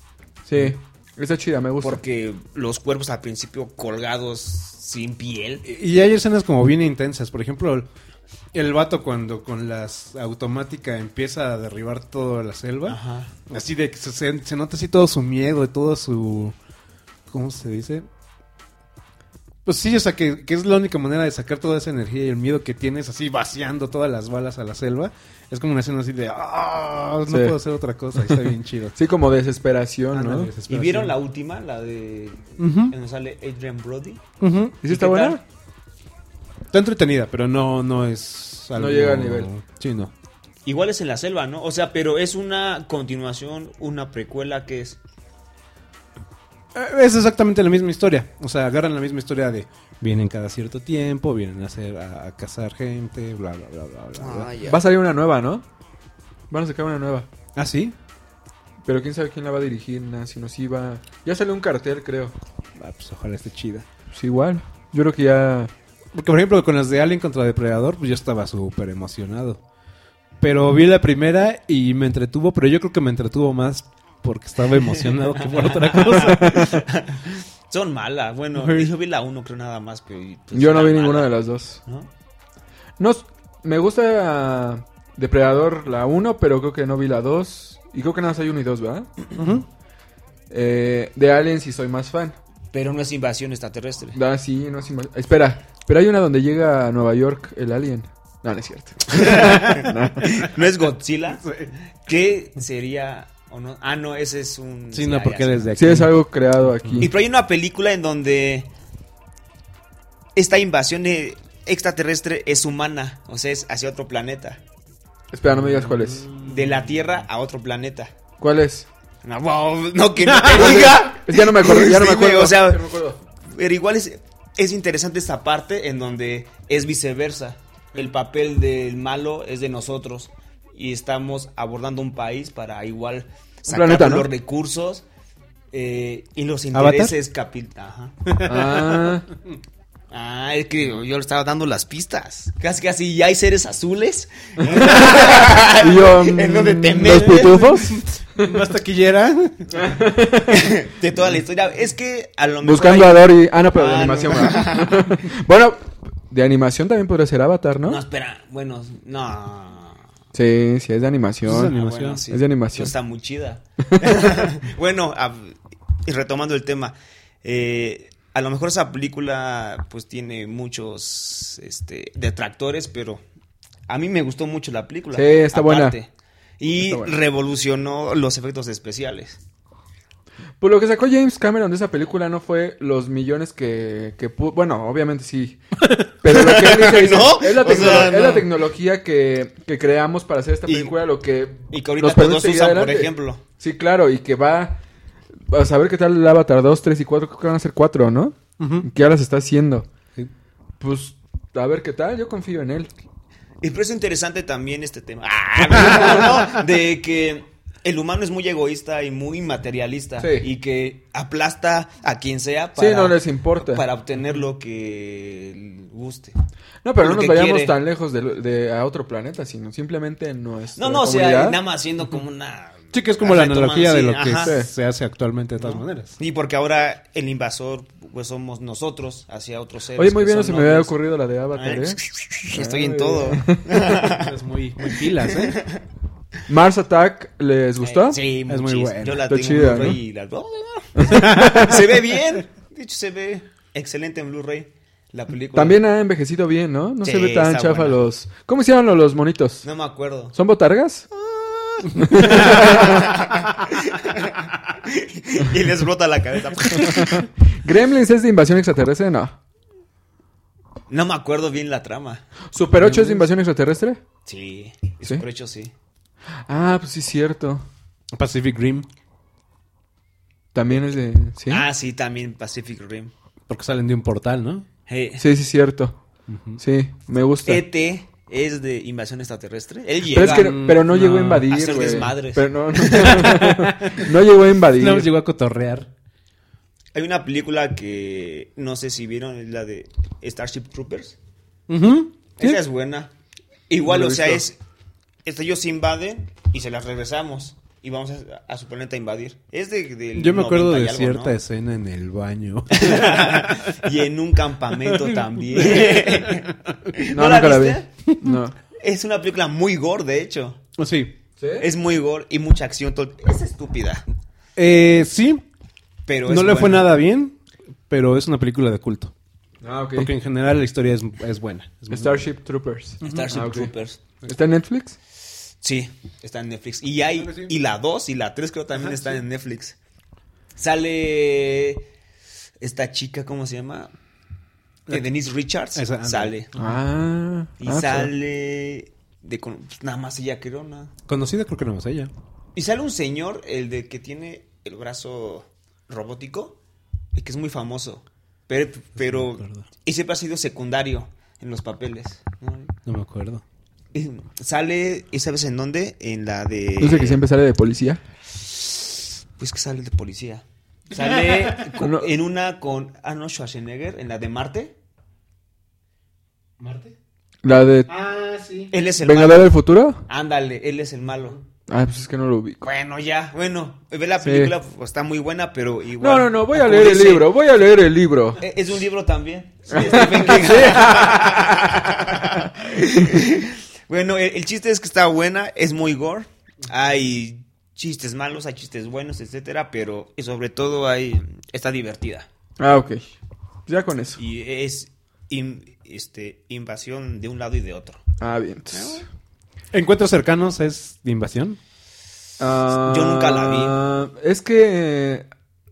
Sí, está chida, me gusta.
Porque los cuerpos al principio colgados sin piel.
Y hay escenas como bien intensas. Por ejemplo, el vato cuando con las automática empieza a derribar toda la selva.
Ajá.
Así de que se, se- se nota así todo su miedo y todo su... ¿Cómo se dice? Pues sí, o sea, que, que es la única manera de sacar toda esa energía y el miedo que tienes así vaciando todas las balas a la selva. Es como una escena así de... "Ah, No
Sí.
puedo hacer otra cosa. y Está bien chido.
Sí, como desesperación,
Ah,
¿no?
no,
¿Y
desesperación.
vieron la última? La de...
Ujú.
en donde sale Adrian Brody.
Ujú.
¿Y si está
qué
buena?
tal?
Está entretenida, pero no, no es...
No llega al nivel.
Sí, no.
Igual es en la selva, ¿no? O sea, pero es una continuación, una precuela que es...
Eh, Es exactamente la misma historia. O sea, agarran la misma historia de vienen cada cierto tiempo, vienen a hacer a, a cazar gente, bla bla bla bla bla. bla.
Va a salir una nueva, ¿no? Van a sacar una nueva.
Ah, sí.
Pero quién sabe quién la va a dirigir, nada, si nos iba... Ya salió un cartel, creo.
Ah, pues ojalá esté chida.
Pues igual. Yo creo que ya...
Porque por ejemplo, con las de Alien contra Depredador, pues yo estaba súper emocionado. Pero vi la primera y me entretuvo, pero yo creo que me entretuvo más porque estaba emocionado que por otra cosa.
Son malas. Bueno,
Ujú.
yo vi la uno creo nada más. Pero, pues,
Yo no
era
vi
mala,
ninguna de las dos.
¿no?
No, s- me gusta Depredador la 1, pero creo que no vi la 2. Y creo que nada más hay 1 y 2, ¿verdad?
Ujú.
Eh, de Alien sí soy más fan.
Pero no es invasión extraterrestre.
Ah, sí, no es inma- Espera, pero hay una donde llega a Nueva York el Alien. No, no es cierto.
¿No es Godzilla? ¿Qué sería? o no? Ah, no, ese es un...
Sí,
ya,
no,
ya
porque
sé.
desde aquí.
Sí, es algo creado
Y
aquí.
pero hay una película en donde esta invasión eh, extraterrestre es humana, o sea, es hacia otro planeta.
Espera, no me digas cuál es.
De la Tierra a otro planeta.
¿Cuál es?
No, wow, no, que no te diga.
Es que Ya no me acuerdo, ya no me
Sí, güey,
acuerdo.
o sea-
ya no me acuerdo.
Pero igual es, es interesante esta parte en donde es viceversa. El papel del malo es de nosotros. Y estamos abordando un país para igual sacar
planeta, ¿no?
los recursos eh, y los
¿Avatar?
intereses capital. Ajá.
Ah,
Ah, es que yo le estaba dando las pistas. Casi, casi, ya hay seres azules.
y yo,
en donde te
mm, ¿Los
metes
pitufos?
Más taquillera.
de toda la historia. Es que a lo mejor.
Buscando a
hay-
Dory. Ah, no, pero de
Ah, no.
animación. ¿verdad? bueno, de animación también podría ser Avatar, ¿no?
No, espera, bueno, no.
Sí, sí, Pues es de animación.
Es de
Ah,
animación.
bueno, sí.
Es de animación.
Está muy chida. bueno, a- y retomando el tema, eh, a lo mejor esa película pues tiene muchos este, detractores, pero a mí me gustó mucho la película.
Sí, está buena.
Y
Está buena.
revolucionó los efectos especiales.
Pues lo que sacó James Cameron de esa película no fue los millones que, que pu- Bueno, obviamente sí. Pero lo que él hizo es-
¿No?
es, la
O sea,
tecnolo- es la
no.
tecnología que, que creamos para hacer esta
Y-
película, lo que...
y que ahorita
nos permite
todos
seguir
usan, por
adelante.
ejemplo.
Sí, claro, y que va... A saber qué tal el Avatar 2, 3 y 4, creo que van a ser 4, ¿no?
Ujú.
Que ahora se está haciendo.
Sí.
Pues, a ver qué tal, yo confío en él.
Y por eso es interesante también este tema. Ah, no, de que el humano es muy egoísta y muy materialista.
Sí.
Y que aplasta a quien sea
Sí, no les importa.
para obtener lo que guste.
No, pero no
Lo
nos
que
vayamos
quiere.
tan lejos de, de- a otro planeta, sino simplemente en nuestra
No, no, o sea,
comunidad.
nada más siendo como una...
Sí, que es como la
Retomando,
analogía de
sí,
lo que
ajá.
se- se hace actualmente de todas maneras.
Y porque ahora el invasor, pues somos nosotros hacia otros seres.
Oye, muy
que
bien, no
son
se me había
nobles.
ocurrido la de Avatar,
Ay,
¿eh?
Estoy en
Ay.
todo.
es muy, muy pilas, ¿eh?
Mars Attack, ¿les gustó?
Sí,
Es muy
muchis-
bueno.
Yo la
Está
tengo
chida,
en Blu-ray
¿no?
y la- ¡Oh! se ve bien. De hecho, se ve excelente en Blu-ray la película.
También ha envejecido bien, ¿no? No se
Sí,
ve tan
está
chafa
buena.
los... ¿Cómo hicieron los- los monitos?
No me acuerdo.
¿Son botargas?
y les brota la cabeza.
¿Gremlins es de invasión extraterrestre? No.
no me acuerdo bien la trama.
¿Super 8 es de invasión extraterrestre?
Sí.
¿Sí?
Super hecho sí.
Ah, pues sí, es cierto.
Pacific Rim,
También es de... ¿Sí?
Ah, sí, también Pacific Rim. Eh,
porque salen de un portal, ¿no?
Hey,
Sí, sí, es cierto. Sí, me gusta.
ET E es de invasión extraterrestre. Él llega.
Pero, es que, no- pero no,
no,
llegó a invadir,
a hacer
güey.
desmadres.
Pero no, no, no llegó a invadir.
No, llegó a cotorrear.
Hay una película que no sé si vieron, es la de Starship Troopers.
Ujú. Sí.
Esa es buena. Igual,
No lo
o
he
sea,
visto.
es. este, ellos invaden y se las regresamos. Y vamos a, a su planeta a invadir. Es de. del
Yo me acuerdo
90 y
de
algo,
cierta
¿no?
escena en el baño.
y en un campamento también.
No, nunca la vi. No.
Es una película muy gore, de hecho.
Oh, sí.
¿Sí?
Es muy gore y mucha acción. todo- Es estúpida.
Eh, sí,
Pero
no
es
le fue
buena.
nada bien, pero es una película de culto.
Ah, ok.
Porque en general la historia es, es buena. es muy
Starship Troopers.
Starship
Ah, ok.
Troopers.
¿Está en Netflix?
Sí, está en Netflix. Y hay. Y la 2 y la 3 creo también están en Netflix. Sale. Esta chica, ¿cómo se llama? Eh, Denise Richards.
Esa, ándale.
sale.
Ah.
Y
ah,
sale. De, con- pues, nada más ella creo, nada.
buena. Conocida creo que no más ella.
Y sale un señor, el de que tiene el brazo robótico, y que es muy famoso. Pero, pero
Pues acuerdo.
y siempre ha sido secundario en los papeles. ¿no?
No me acuerdo.
Y sale, ¿y sabes en dónde? En la de.
¿No es el que siempre sale de policía?
Pues que sale de policía. Sale con-
No.
en una con Arnold Schwarzenegger, en la de Marte.
¿La de
Él es Ah, el
Vengador
malo.
del Futuro?
Ándale, él es el malo.
Ah, pues es que no lo ubico.
Bueno, ya, bueno. Ve la
Sí.
película, pues, está muy buena, pero igual.
No, no, no, voy a
como
leer el
dice,
libro, voy a leer el libro.
Eh, Es de un libro también. de Stephen King. bueno, el, el chiste es que está buena, es muy gore. Hay chistes malos, hay chistes buenos, etcétera, pero y sobre todo hay está divertida.
Ah, ok. Pues Ya con eso.
Y es in- este invasión de un lado y de otro.
Ah, bien. entonces.
Encuentros cercanos es de invasión.
Ah,
Yo nunca la vi.
Es que eh,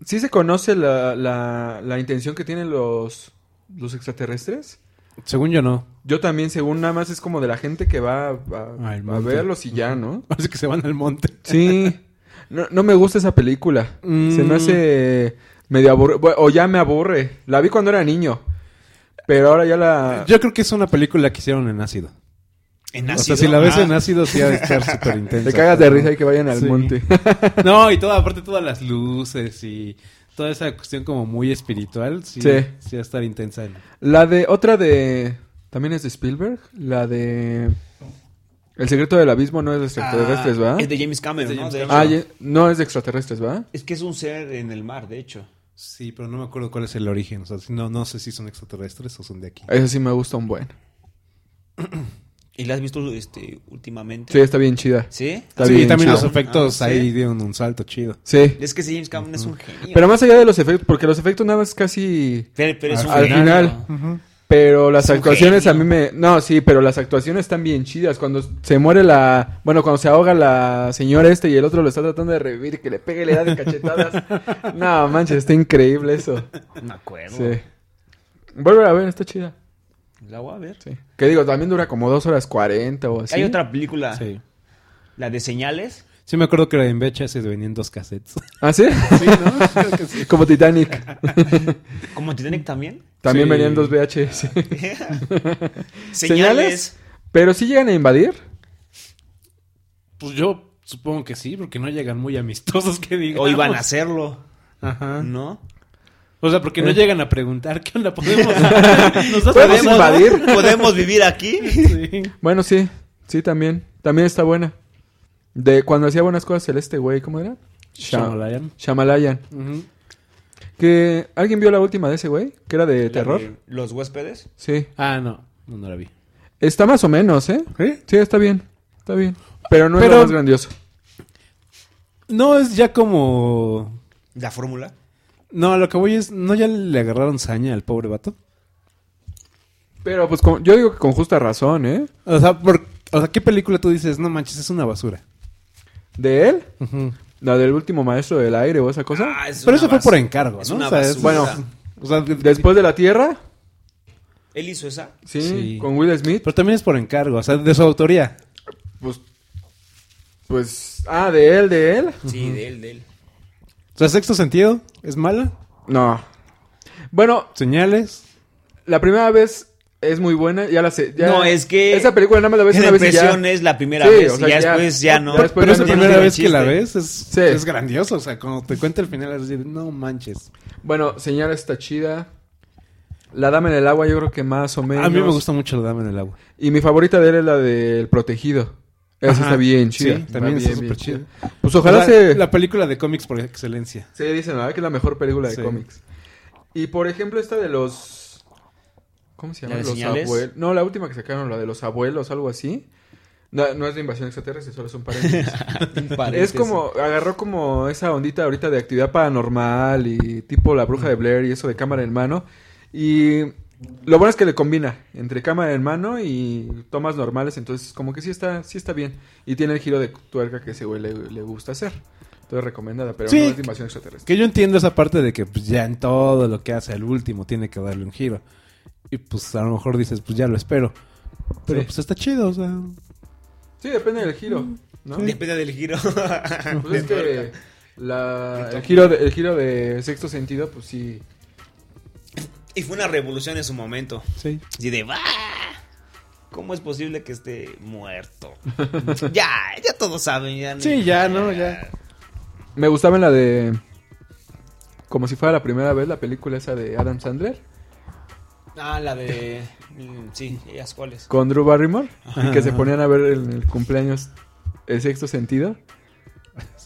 sí se conoce la, la, la intención que tienen los, los extraterrestres.
Según yo no.
Yo también, según nada más, es como de la gente que va a, a-
Ah, el
a
monte.
verlos y ya, ¿no?
Parece que se van al monte.
Sí. No, no me gusta esa película. Se
Mm.
me hace medio aburre. bu- O ya me aburre. La vi cuando era niño. Pero ahora ya la...
Yo creo que es una película que hicieron en ácido.
En
O sea,
ácido,
si la ves
ah,
en ácido, Ah. sí ha de estar súper intensa.
Te cagas de
pero-
risa y que vayan al
Sí.
monte.
No, y toda, aparte todas las luces y toda esa cuestión como muy espiritual, sí,
Sí.
sí. va a estar intensa. en-
La de... Otra de... También es de Spielberg. La de... El secreto del abismo no es de extraterrestres,
ah,
¿verdad?
Es de James Cameron, ¿no? De
Ah,
hecho.
ya- no es de extraterrestres, ¿verdad?
Es que es un ser en el mar, de hecho.
Sí, pero no me acuerdo cuál es el origen. O sea, si no, no sé si son extraterrestres o son de aquí.
Eso sí me gusta un buen.
¿Y la has visto este últimamente?
Sí, está bien chida.
¿Sí?
Está
sí,
bien
también
chido.
los efectos
Ah, sí.
ahí dieron un salto chido.
Sí.
Es que ese James Cameron es un genio.
Pero más allá de los efectos, porque los efectos nada más casi
Pero- pero es un
Al
genio.
final. Pero las
Es un
actuaciones a
genio.
mí me... No, sí, pero las actuaciones están bien chidas. Cuando se muere la... Bueno, cuando se ahoga la señora este y el otro lo está tratando de revivir, que le pegue y le da de cachetadas. no, manches, está increíble eso.
Me acuerdo.
Sí. Vuelve a ver, está chida.
La voy a ver.
Sí. Que digo, también dura como dos horas cuarenta o así.
Hay otra película,
Sí.
la de señales.
Sí, me acuerdo que en VHS venían dos cassettes.
¿Ah, sí? como Titanic.
Como Titanic también.
También
Sí.
venían dos VHS.
señales.
Pero sí llegan a invadir.
Pues yo supongo que sí, porque no llegan muy amistosos, que digo.
O iban a hacerlo,
Ah.
Ajá.
¿no?
O sea, porque no
Eh.
llegan a preguntar qué onda podemos. Nos das-
¿Podemos invadir?
¿Podemos vivir aquí?
Sí.
Bueno, sí, sí, también. También está buena. De cuando hacía buenas cosas el este güey, ¿cómo era? Sha-
Shyamalan.
Shamalayan.
Ujú.
Que alguien vio la última de ese güey, que era de
La
terror.
de ¿Los huéspedes?
Sí.
Ah, no. No, no la vi.
Está más o menos, ¿eh?
¿Sí?
Sí, está bien. Está bien. Pero no es lo
Pero-
más grandioso.
No, es ya como...
La fórmula.
No, lo que voy es... ¿No ya le agarraron saña al pobre vato?
Pero pues con- yo digo que con justa razón, ¿eh?
O sea, por... o sea, ¿qué película tú dices? No manches, es una basura.
De él,
Ujú.
la del último maestro del aire o esa cosa.
Ah, es
Pero
una
eso fue
bas-
por encargo, ¿no?
es una
O sea, es-
basura.
Bueno.
o sea, de-
Después de la tierra,
Él hizo esa.
sí,
Sí.
con Will Smith.
Pero también es por encargo, o sea, de su autoría.
Pues, pues, ah, de él, de él.
Sí, de él, de él.
O sea, sexto sentido, es mala.
No. Bueno,
Señales.
La primera vez es muy buena, ya la sé. ya-
no, es que.
Esa película nada más la ves
en
una vez y ya.
impresión es la primera
Sí,
vez.
o
y
sea,
ya,
ya-
después ya no.
ya después
Pero
ya
es la
no tiene
primera
ningún
vez que la
chiste.
ves, es,
Sí.
es grandioso. O sea, cuando te cuenta el final, es decir, no manches.
Bueno, señal está chida. La Dama en el Agua, yo creo que más o menos.
A mí me gusta mucho la dama en el agua.
Y mi favorita de él es la del Protegido. Esa
Ajá,
está bien
sí,
chida.
también
bien,
está
bien
súper chida.
Pues ojalá
la,
se.
la película de cómics por excelencia.
Sí, dicen, ¿verdad? Que es la mejor película de
Sí.
cómics. Y por ejemplo, esta de los. ¿Cómo se
¿La
llama?
de
Los
señales?
abuelos. No, la última que sacaron, la de los abuelos, algo así. No, no es de invasión extraterrestre, solo es un paréntesis. es como. Agarró como esa ondita ahorita de actividad paranormal y tipo la bruja de Blair y eso de cámara en mano. Y. Lo bueno es que le combina entre cámara en mano y tomas normales, entonces como que sí está, sí está bien. Y tiene el giro de tuerca que ese güey le, le gusta hacer. Entonces recomendada, pero
Sí.
no es de invasión extraterrestre.
Que yo entiendo esa parte de que pues, ya en todo lo que hace el último tiene que darle un giro. Y pues a lo mejor dices, pues ya lo espero. Pero
Sí.
pues está chido, o sea.
Sí, depende del giro,
Mm.
¿no?
Depende del giro.
Pues es que la- el, giro de, el giro de sexto sentido, pues sí.
Y fue una revolución en su momento.
Sí.
Así de, "Bah, ¿Cómo es posible que esté muerto? ya, ya todos saben. Ya ni-
Sí, ya, ¿no? Ya.
Me gustaba en la de... Como si fuera la primera vez la película esa de Adam Sandler
Ah, la de. mm, Sí, ellas cuáles.
con Drew Barrymore y que se ponían a ver en el cumpleaños el sexto sentido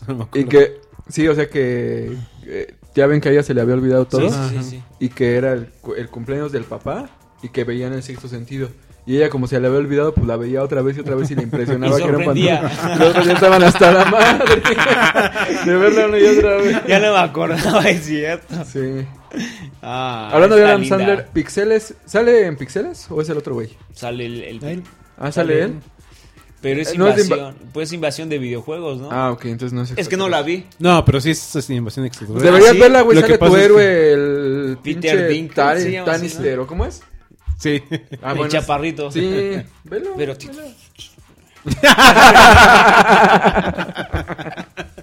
No me
y
acuerdo.
que sí, o sea que eh, ya ven que a ella se le había olvidado todo.
Sí, sí, sí, sí.
y que era el, cu- el cumpleaños del papá y que veían el sexto sentido. Y ella, como se le había olvidado, pues la veía otra vez y otra vez y le impresionaba
Y
que era un
sorprendía.
fantasma. Los otros ya estaban hasta la madre de verla una y otra vez.
Ya no me acordaba, es cierto.
Sí.
Ah,
Hablando de
está
Adam
linda.
Sandler, ¿Pixeles? ¿Sale en Pixeles o es el otro güey?
Sale el. el-
Él.
Ah, ¿sale él?
Pero es
Eh, no es de inva-
invasión. Pues invasión de videojuegos, ¿no?
Ah, ok, entonces no es Pues
es que no la vi.
No, pero sí es, es invasión extraterrestre.
Deberías
sí.
verla, güey.
Lo que
Sale tu
pasa es
héroe, el
Peter
pinche
Dinklage,
Tan-
se llama así,
Tannister, ¿o ¿cómo es?
Sí.
Ah,
el
bueno, es-
chaparrito.
Sí, velo.
Pero-
velo.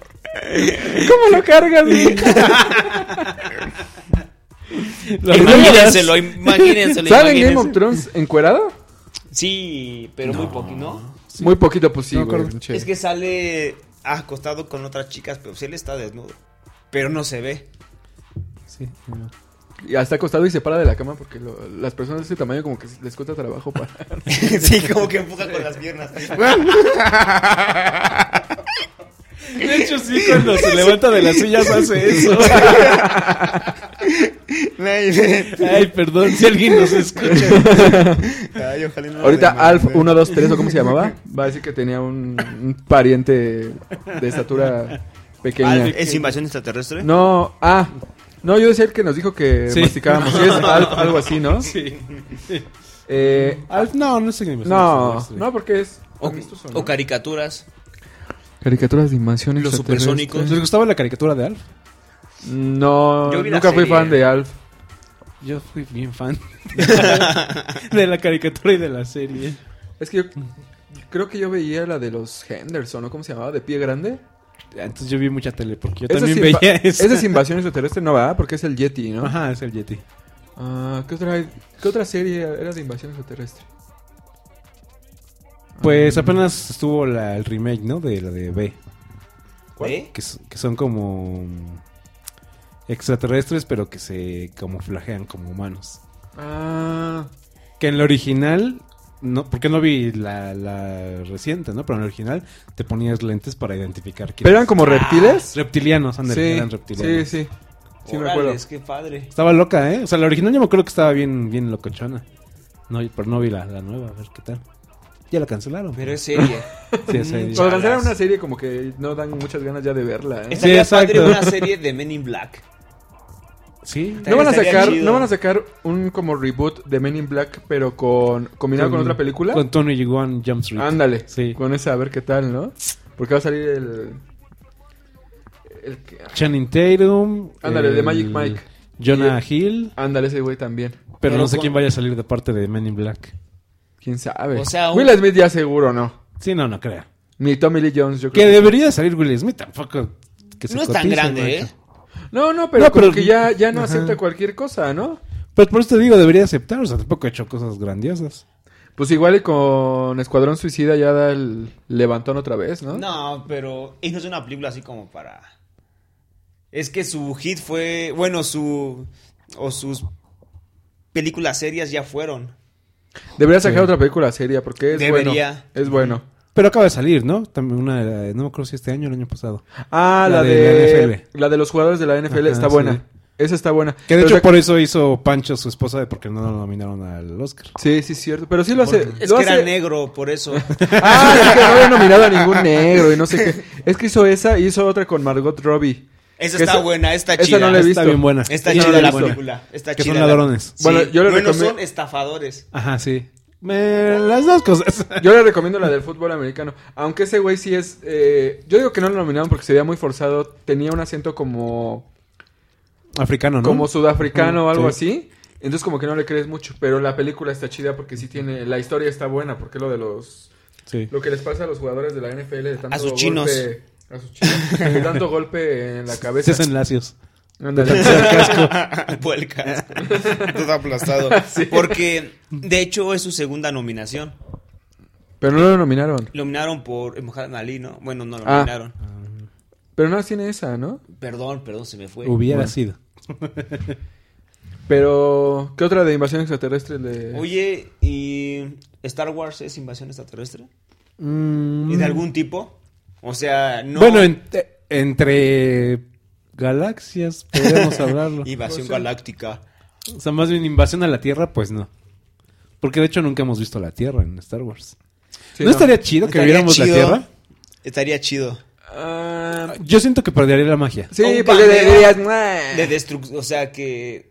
¿Cómo lo cargas, güey?
Lo-
Imagínenselo, imagínenselo.
¿Saben Game of
imagínense.
Thrones encuerado?
Sí, pero muy poquito, ¿no?
Muy poquito, pues sí,
No,
güey.
claro.
che.
Es que sale acostado con otras chicas, pero sí él está desnudo. Pero no se ve.
Sí.
Y hasta acostado y se para de la cama porque lo- las personas de ese tamaño como que les cuesta trabajo para...
sí, como que empuja con las piernas.
De hecho, sí, cuando se levanta de las sillas hace eso. Ay, perdón, si alguien nos escucha.
Ay, ojalá y no lo
Ahorita
demanden.
Alf 123 o cómo se llamaba, va a decir que tenía un, un pariente de estatura pequeña.
Alf, ¿Es invasión extraterrestre?
No, ah, no, yo decía el que nos dijo que
Sí.
masticábamos. Sí, es Alf, algo así, ¿no?
Sí.
Eh,
Alf, no, no es una invasión
no,
extraterrestre.
no, porque es...
O,
amistoso, ¿no?
o caricaturas.
Caricaturas de animación
Los
extraterrestre.
supersónicos.
¿Les gustaba la caricatura de Alf?
No,
Yo vi la
nunca fui
serie.
fan de Alf.
Yo fui bien fan de la caricatura y de la serie.
Es que yo creo que yo veía la de los Henderson, ¿no? ¿Cómo se llamaba? ¿De pie grande?
Entonces yo vi mucha tele porque yo
Esa
también
es
veía
inva-
eso.
Esa es invasión extraterrestre, no va, porque es el Yeti, ¿no?
Ajá, es el Yeti.
Ah, ¿qué, otra, ¿Qué otra serie era de invasión extraterrestre?
Pues apenas estuvo la, el remake, ¿no? De la de B.
¿Eh?
Que, s- que son como extraterrestres, pero que se camuflajean como humanos.
Ah,
Que en la original, no, porque no vi la, la reciente, ¿no? Pero en la original te ponías lentes para identificar quién
¿pero eran
es.
como reptiles?
reptilianos, ándale,
sí,
ah, eran
sí,
reptilianos.
sí. Sí, me
Órales,
acuerdo.
qué padre.
Estaba loca, ¿eh? O sea, la original yo me acuerdo que estaba bien, bien locochona. No, pero no vi la, la nueva, a ver qué tal. Ya la cancelaron.
Pero es serie.
Sí, esa idea.
Cuando lanzaron
Chalas.
una serie como que no dan muchas ganas ya de verla, ¿eh?
Estaría padre
exacto.
una serie de Men in Black.
Sí.
No van, a
Estaría
sacar,
chido.
no van a sacar un como reboot de Men in Black, pero con combinado con, otra película.
Con Tony Yuan Jump Street.
Ándale,
Sí.
con esa a ver qué tal, ¿no? Porque va a salir el... el que-
Channing Tatum.
Ándale, de Magic Mike.
Jonah Hill.
Ándale, ese güey también.
Pero no
Pero
sé
con-
quién vaya a salir de parte de Men in Black.
¿Quién sabe?
O sea, un-
Will Smith ya seguro no.
Sí, no, no creo.
Ni Tommy Lee Jones, yo
Que
creo.
debería de salir Will Smith tampoco. Que se
No es tan
cotice,
grande,
macho.
¿eh?
¿Ah? No, no, pero,
No,
como
pero-
que ya, ya no
Ajá.
acepta cualquier cosa, ¿no?
Pero Pues por eso te digo, debería aceptar. O sea, tampoco he hecho cosas grandiosas.
Pues igual y con Escuadrón Suicida ya da el levantón otra vez, ¿no?
No, pero y no es una película así como para. Es que su hit fue, bueno, su o sus películas serias ya fueron.
Debería sacar otra película seria porque es
Debería.
bueno. Es bueno.
Pero acaba de salir, ¿no? También una de la- no me acuerdo si este año o el año pasado.
Ah, la,
La
de,
de
la
la
de
NFL.
los jugadores de la NFL
Ajá,
está
sí.
buena. Esa está buena.
Que de
Pero
hecho
sac-
por eso hizo Pancho su esposa de porque no lo nominaron al Oscar.
Sí, sí, es cierto. Pero sí lo hace.
Es
lo
que era
hace-
negro, por eso.
Ah, es que no había nominado a ningún negro y no sé qué. Es que hizo esa y hizo otra con Margot Robbie.
Esa
Que
está
esa-
buena, está
esa
chida.
no la he visto.
Está bien buena.
Está
Esa no
chida
la he
la
visto.
película. Está
Que son
chida la-
ladrones.
Sí,
Bueno, yo le
bueno,
recomiendo-
son estafadores.
Ajá, sí. Me- las dos cosas.
Yo le recomiendo la del fútbol americano. Aunque ese güey sí es. eh, yo digo que no lo nominaron porque se veía muy forzado. Tenía un acento como.
Africano, ¿no?
como sudafricano o
Ujú,
algo
sí.
así. Entonces como que no le crees mucho, pero la película está chida porque sí tiene, la historia está buena, porque lo de los,
Sí.
lo que les pasa a los jugadores de la NFL de tanto
sus chinos.
golpe, a sus chinos, de tanto golpe en la
Se
cabeza.
hacen lacios.
Ándale.
Por el casco. Todo aplastado. Porque, de hecho, es su segunda nominación.
Pero no lo nominaron.
Nominaron por eh, Muhammad Ali, ¿no? bueno, no lo
Ah.
nominaron.
Pero no tiene esa, ¿no?
Perdón, perdón, se me fue.
Hubiera sido.
Pero ¿qué otra de invasión extraterrestre le
Oye, ¿y Star Wars es invasión extraterrestre?
Mm,
¿Y de algún tipo? O sea, no.
Bueno, en- entre galaxias podemos hablarlo.
Invasión galáctica.
O sea, más bien invasión a la Tierra, pues no. Porque de hecho nunca hemos visto la Tierra en Star Wars.
Sí,
¿No, estaría chido que
Estaría
viéramos la
chido.
Tierra?
Estaría chido.
Ah,
Yo siento que perdería la magia.
sí,
Un
porque le
cameo
dirías,
De
"Mua".
destrucción. O sea, que.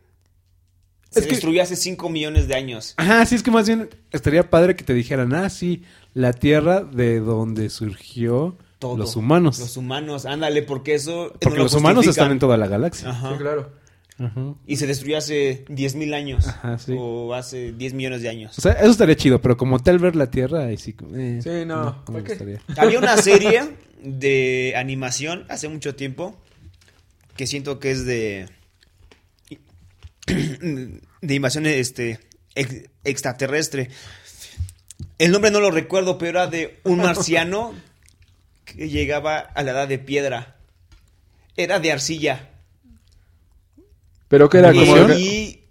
Es
Se
que-
destruyó hace 5 millones de años.
Ajá, sí, es que más bien estaría padre que te dijeran, ah, sí, la Tierra de donde surgió
Todo.
los humanos.
Los humanos, ándale, porque eso.
porque los humanos están en toda la galaxia.
Ajá.
Sí, claro.
Ajá.
Y se destruyó hace 10 mil años.
Ajá, sí.
O hace 10 millones de años.
O sea, eso estaría chido, pero como tal ver la Tierra, ahí sí. como, eh,
Sí, no.
me
Ok.
gustaría.
Había una serie de animación hace mucho tiempo que siento que es de de invasión este ex- extraterrestre. El nombre no lo recuerdo, pero era de un marciano que llegaba a la edad de piedra. Era de arcilla.
Pero que era
Y,
como
y-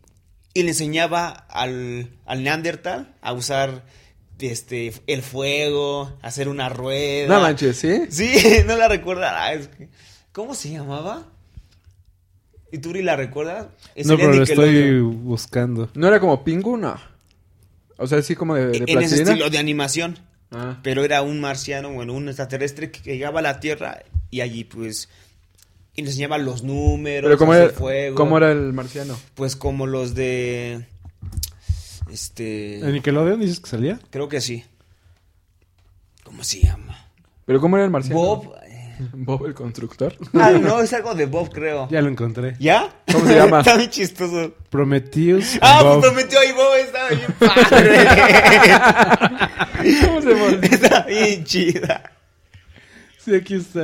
y le enseñaba al, al Neandertal a usar este el fuego, hacer una rueda.
No manches, ¿sí?
Sí, no la recuerda. Ah, Es que- ¿Cómo se llamaba? ¿Y Turi la recuerdas? Es
No,
el
pero lo estoy
Nickelodeon.
buscando.
No era como Pingu, no. O sea, así como de, de
En ese
plastilina.
estilo de animación.
Ah.
Pero era un marciano, bueno, un extraterrestre que llegaba a la Tierra y allí, pues. Y le enseñaba los números,
Pero ¿cómo
hacer
era,
fuego.
¿cómo era el marciano?
Pues como los de. Este.
¿En Nickelodeon dices que salía?
Creo que sí. ¿Cómo se llama?
¿Pero cómo era el marciano?
Bob. eh,
Bob el constructor.
Ah, no, es algo de Bob, creo.
Ya lo encontré.
¿Ya?
¿Cómo se llama?
Está bien chistoso.
Prometheus.
Ah,
Bob.
pues prometió ahí Bob, estaba bien padre.
¿Cómo se llama?
estaba bien chida.
Sí, aquí está.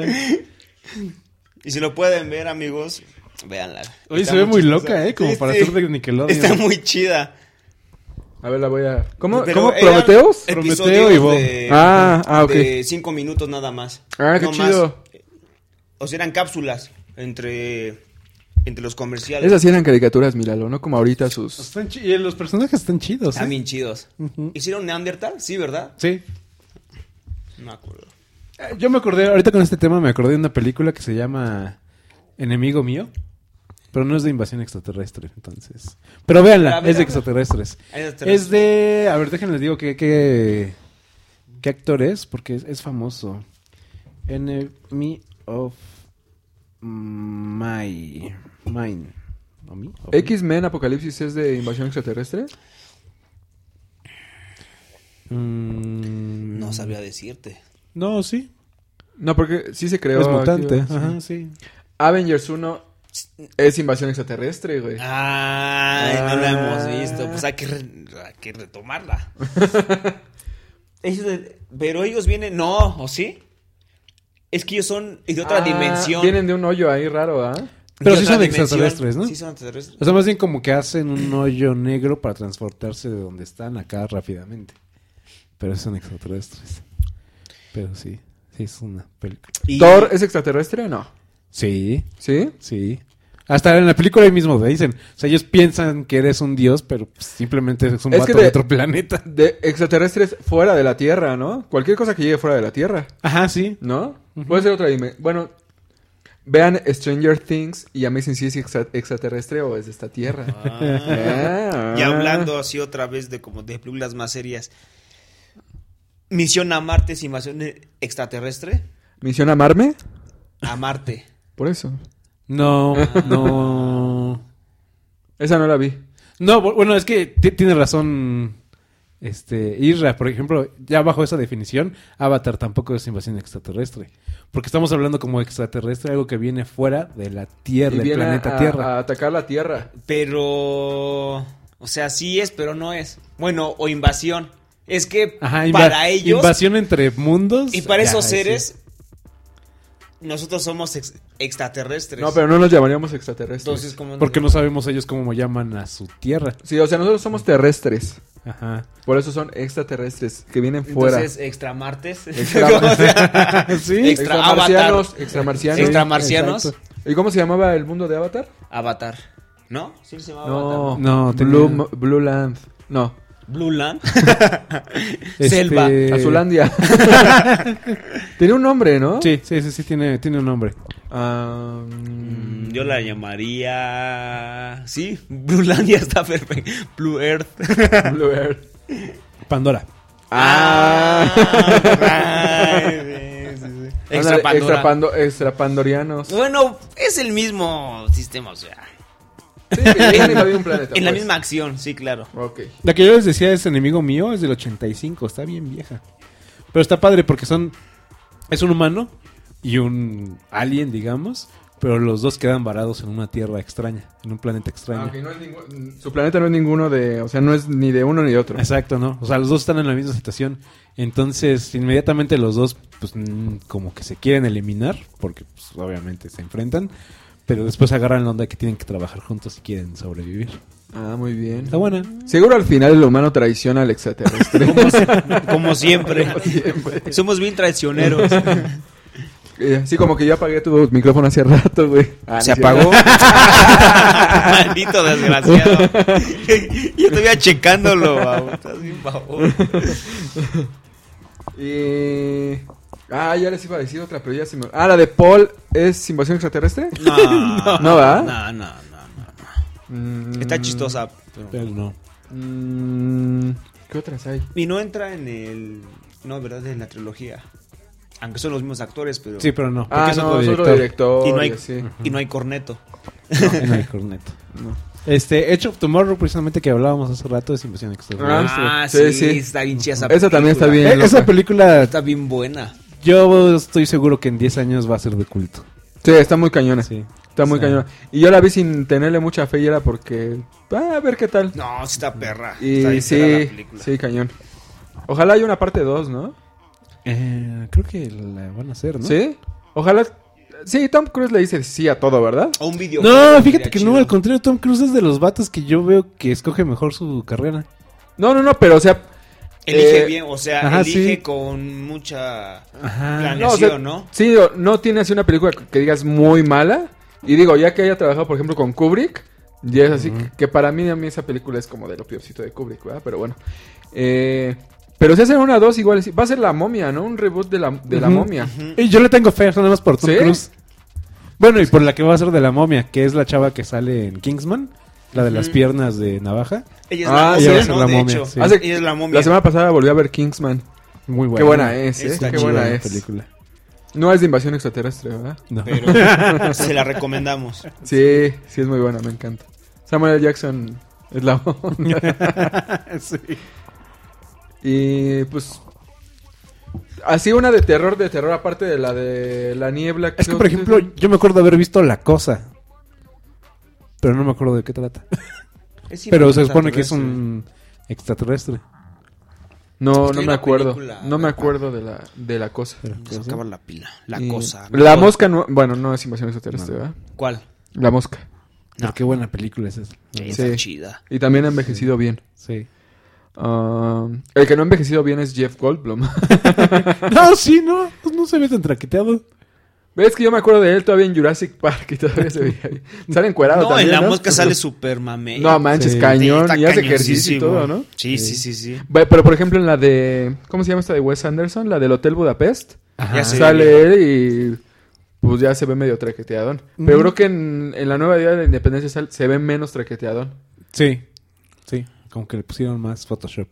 Y si lo pueden ver, amigos, véanla.
Oye,
Está
se ve muy
chistosa.
loca, ¿eh? Como para ser de Nickelodeon.
Está muy chida.
A ver, la voy a... ¿Cómo,
Pero
¿cómo
eran
Prometeos?
Prometeo
episodios
y Bob.
de-
Ah, ah, ok.
De cinco minutos nada más.
Ah, qué
No más.
chido.
O sea, eran cápsulas entre, entre los comerciales.
Esas sí eran caricaturas, míralo, ¿no? Como ahorita sus...
Están chi- y los personajes están chidos. ¿eh?
Están bien chidos. ¿Hicieron Neandertal? Sí, ¿verdad?
Sí.
No me acuerdo.
Eh, Yo me acordé, ahorita con este tema me acordé de una película que se llama Enemigo Mío. Pero no es de invasión extraterrestre, entonces. Pero véanla,
A ver,
es de
a ver.
extraterrestres.
Ahí está.
Es de. A ver, déjenles digo qué, qué, qué actor es, porque es, es famoso. Enemy of My. Mine. ¿O mí? ¿O mí?
¿X-Men Apocalipsis es de invasión extraterrestre?
Mm,
No sabía decirte.
No, sí. Ah,
No, porque sí se creó...
Es
aquí,
mutante.
sí.
Ajá, sí.
Avengers 1 es invasión extraterrestre, güey.
Ah,
Ah.
Ay, no la hemos visto. Pues hay que, re- hay que retomarla. Ellos de- pero ellos vienen. No, ¿o sí? Es que ellos son de otra
Ah,
dimensión.
Vienen de un hoyo ahí raro, ¿ah?
Pero
De
sí
otra
son
dimensión.
extraterrestres, ¿no?
Sí, son extraterrestres.
O sea, más bien como que hacen un hoyo negro para transportarse de donde están acá rápidamente. Pero son extraterrestres. Pero sí, sí es una película.
Y-
¿Thor es extraterrestre o no?
Sí,
¿Sí?
sí. Hasta en la película ahí mismo te dicen. O sea, ellos piensan que eres un dios, pero pues, simplemente es un
Es
vato
que
de
te-
otro planeta.
De extraterrestres fuera de la Tierra, ¿no? Cualquier cosa que llegue fuera de la Tierra,
Ajá, sí.
¿no? Puede ser otra dime. Bueno, vean Stranger Things y Amazing si es extra- extraterrestre o es de esta Tierra. Ah.
Y hablando así otra vez de como de películas más serias. Misión a Marte es invasión extraterrestre.
¿Misión amarme?
A Marte.
Por eso.
No, no.
Esa no la vi.
No, bu- bueno, es que ti- tiene razón este Isra, por ejemplo, ya bajo esa definición, Avatar tampoco es invasión extraterrestre, porque estamos hablando como extraterrestre algo que viene fuera de la Tierra,
Y
del
viene
planeta
a-
Tierra.
a atacar la Tierra.
Pero. O sea, sí es, pero no es. Bueno, o invasión. Es que
Ajá, inva-
para ellos.
invasión entre mundos.
Y para
ya,
esos
ahí
seres. Nosotros somos ex- extraterrestres.
No, pero no nos llamaríamos extraterrestres.
Entonces, como.
sí. porque no sabemos ellos cómo llaman a su Tierra.
Sí, o sea, nosotros somos terrestres.
Ajá.
Por eso son extraterrestres, que vienen fuera.
Entonces, extra martes.
Extra-
sí.
Ex- extra avatar.
extramarcianos, extramarcianos.
Extramarcianos.
Exacto.
¿Y cómo se llamaba el mundo de Avatar?
Avatar. ¿No? Sí, se llama
No,
Avatar.
No,
Blue,
tenía-
Blue Land. No,
Blue Land.
Este-
Selva.
Eh.
Azulandia. Tenía un nombre, ¿no?
Sí, sí, sí, sí, tiene tiene un nombre.
Ah,
Mm, Yo la llamaría. Sí, Blue Land ya está perfecto. Blue Earth.
Blue Earth.
Pandora.
Ah, right. Sí, sí, sí. Extra
Ándale,
Pandora.
extrapando- extrapandorianos.
Bueno, es el mismo sistema, o sea.
Sí, vienen y había un planeta,
en la
pues.
misma acción, sí, claro.
Ok.
La que yo les decía es enemigo mío, es del 85, está bien vieja. Pero está padre porque son. Es un humano y un alien, digamos. Pero los dos quedan varados en una tierra extraña, en un planeta extraño.
Ah, ok, no es ningún- Su planeta no es ninguno de. O sea, no es ni de uno ni de otro.
Exacto, ¿no? O sea, los dos están en la misma situación. Entonces, inmediatamente los dos, pues, mm, como que se quieren eliminar, porque pues, obviamente se enfrentan. Pero después agarran la onda que tienen que trabajar juntos y quieren sobrevivir.
Ah, muy bien.
Está buena.
Seguro al final el humano traiciona al extraterrestre.
Como, como siempre. Somos bien traicioneros.
Eh, Así como que yo apagué tu micrófono hace rato, güey. Ah,
Se
no es cierto.
apagó. Maldito desgraciado. Yo todavía checándolo, babo. Estás bien, babo.
Y... Ah, ya les iba a decir otra, pero ya se me... Ah, la de Paul es invasión extraterrestre.
No,
No, ¿verdad?
No, no, no, no.
Mm,
Está chistosa. pero-
Pero no.
mm, ¿Qué otras hay?
Y no entra en el. No, ¿verdad? En la trilogía. Aunque son los mismos actores, pero.
Sí, pero no.
Ah,
porque es
no,
otro
es otro
director.
director.
y no hay,
sí.
y no hay corneto.
No, no hay corneto. Este, Edge of Tomorrow, precisamente que hablábamos hace rato, es invasión extraterrestre.
Ah,
sí,
sí,
sí.
está bien chida esa
Esa también está
película.
bien.
Eh, esa
loca.
película,
Está bien buena.
yo estoy seguro que en 10 años va a ser de culto.
Sí, está muy cañona.
Sí.
Está muy
O sea,
cañona. Y yo la vi sin tenerle mucha fe y era porque... Ah, a ver qué tal.
No, sí está perra. está
y
bien perra la
sí,
película.
sí, cañón. Ojalá haya una parte 2, ¿no?
eh, creo que la van a hacer, ¿no?
¿Sí? Ojalá... Sí, Tom Cruise le dice sí a todo, ¿verdad?
O un video.
No, fíjate que no, al contrario, Tom Cruise es de los vatos que yo veo que escoge mejor su carrera.
No, no, no, pero o sea...
Elige
eh,
bien, o sea,
ajá,
elige
sí. Ah,
con mucha
Ajá.
No, o sea,
planeación, ¿no?
Sí, o- no tiene así una película que digas muy mala. Y digo, ya que haya trabajado, por ejemplo, con Kubrick, ya es así que, que para mí, a mí esa película es como de lo peorcito de Kubrick, ¿verdad? Pero bueno. Eh, pero si hacen una dos igual, sí. va a ser La Momia, ¿no? Un reboot de La, de la
Ujú.
Momia.
Y yo le tengo fe, nada más por Tom
¿Sí?
Cruise. Bueno, y por la que va a ser de la momia, que es la chava que sale en Kingsman, la de las
Ujú.
piernas de navaja.
Ella es
Ah,
la
ella
momia,
es
¿no?
la
de
momia,
hecho.
sí.
Hace-
Ella es la momia.
La semana pasada volví a ver Kingsman.
Muy buena.
Qué buena es, ¿eh?
Está
Qué
chida
buena
la
es.
película.
No es de invasión extraterrestre, ¿verdad?
No.
Pero se la recomendamos.
Sí, sí es muy buena, me encanta. Samuel L. Jackson es la onda.
sí.
Y pues. Así una de terror, de terror, aparte de la de la niebla.
Es que,
creo
por ejemplo, yo me acuerdo haber visto La Cosa. Pero no me acuerdo de qué trata.
Es
Pero se supone que es un extraterrestre.
No, no
Hay
me
una
acuerdo.
película,
no me
¿verdad?
acuerdo de la, de la cosa.
Se acaba la pila. La
Y-
cosa.
La mosca no. Bueno, no es invasión extraterrestre, ¿verdad?
¿Cuál?
La mosca.
Pero qué buena película es esa.
Esa chida.
Y también ha envejecido bien.
Sí.
Ah, el que no ha envejecido bien es Jeff Goldblum.
No, sí, no. Pues no se ve tan traqueteado.
¿Ves que yo me acuerdo de él todavía en Jurassic Park y todavía se veía bien? Sale encuerado
No,
Ah, también,
en la
¿no?
mosca sale super mame.
No, manches,
Sí.
cañón.
Está
Y hace ejercicio y
cañoncísimo.
todo, ¿no?
Sí, sí, sí, sí.
Ve- Pero, por ejemplo, en la de... ¿Cómo se llama esta de Wes Anderson? La del Hotel Budapest.
Ya
Ajá.
sé. Sí.
Sale él y... Pues ya se ve medio traqueteadón. Pero creo que en, en la nueva Día de la Independencia sal- se ve menos traqueteadón.
Sí. Sí. Como que le pusieron más Photoshop.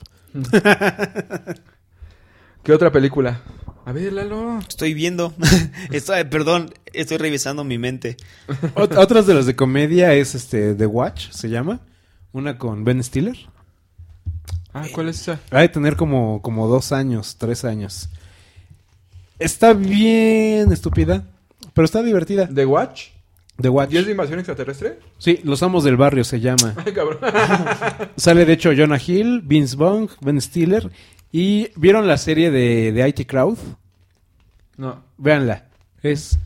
¿Qué otra película? A ver, Lalo.
Estoy viendo. estoy, perdón, estoy revisando mi mente.
Ot- otras de las de comedia es este The Watch, se llama. Una con Ben Stiller.
Ah, ¿cuál es esa?
Ha de tener como, como dos años, tres años. Está bien estúpida, pero está divertida.
¿The Watch?
The Watch.
¿Y es de invasión extraterrestre?
Sí, Los Amos del Barrio se llama.
Ay, cabrón.
Sale de hecho Jonah Hill, Vince Vaughn, Ben Stiller. Y vieron la serie de, de IT Crowd.
No.
Véanla. Es,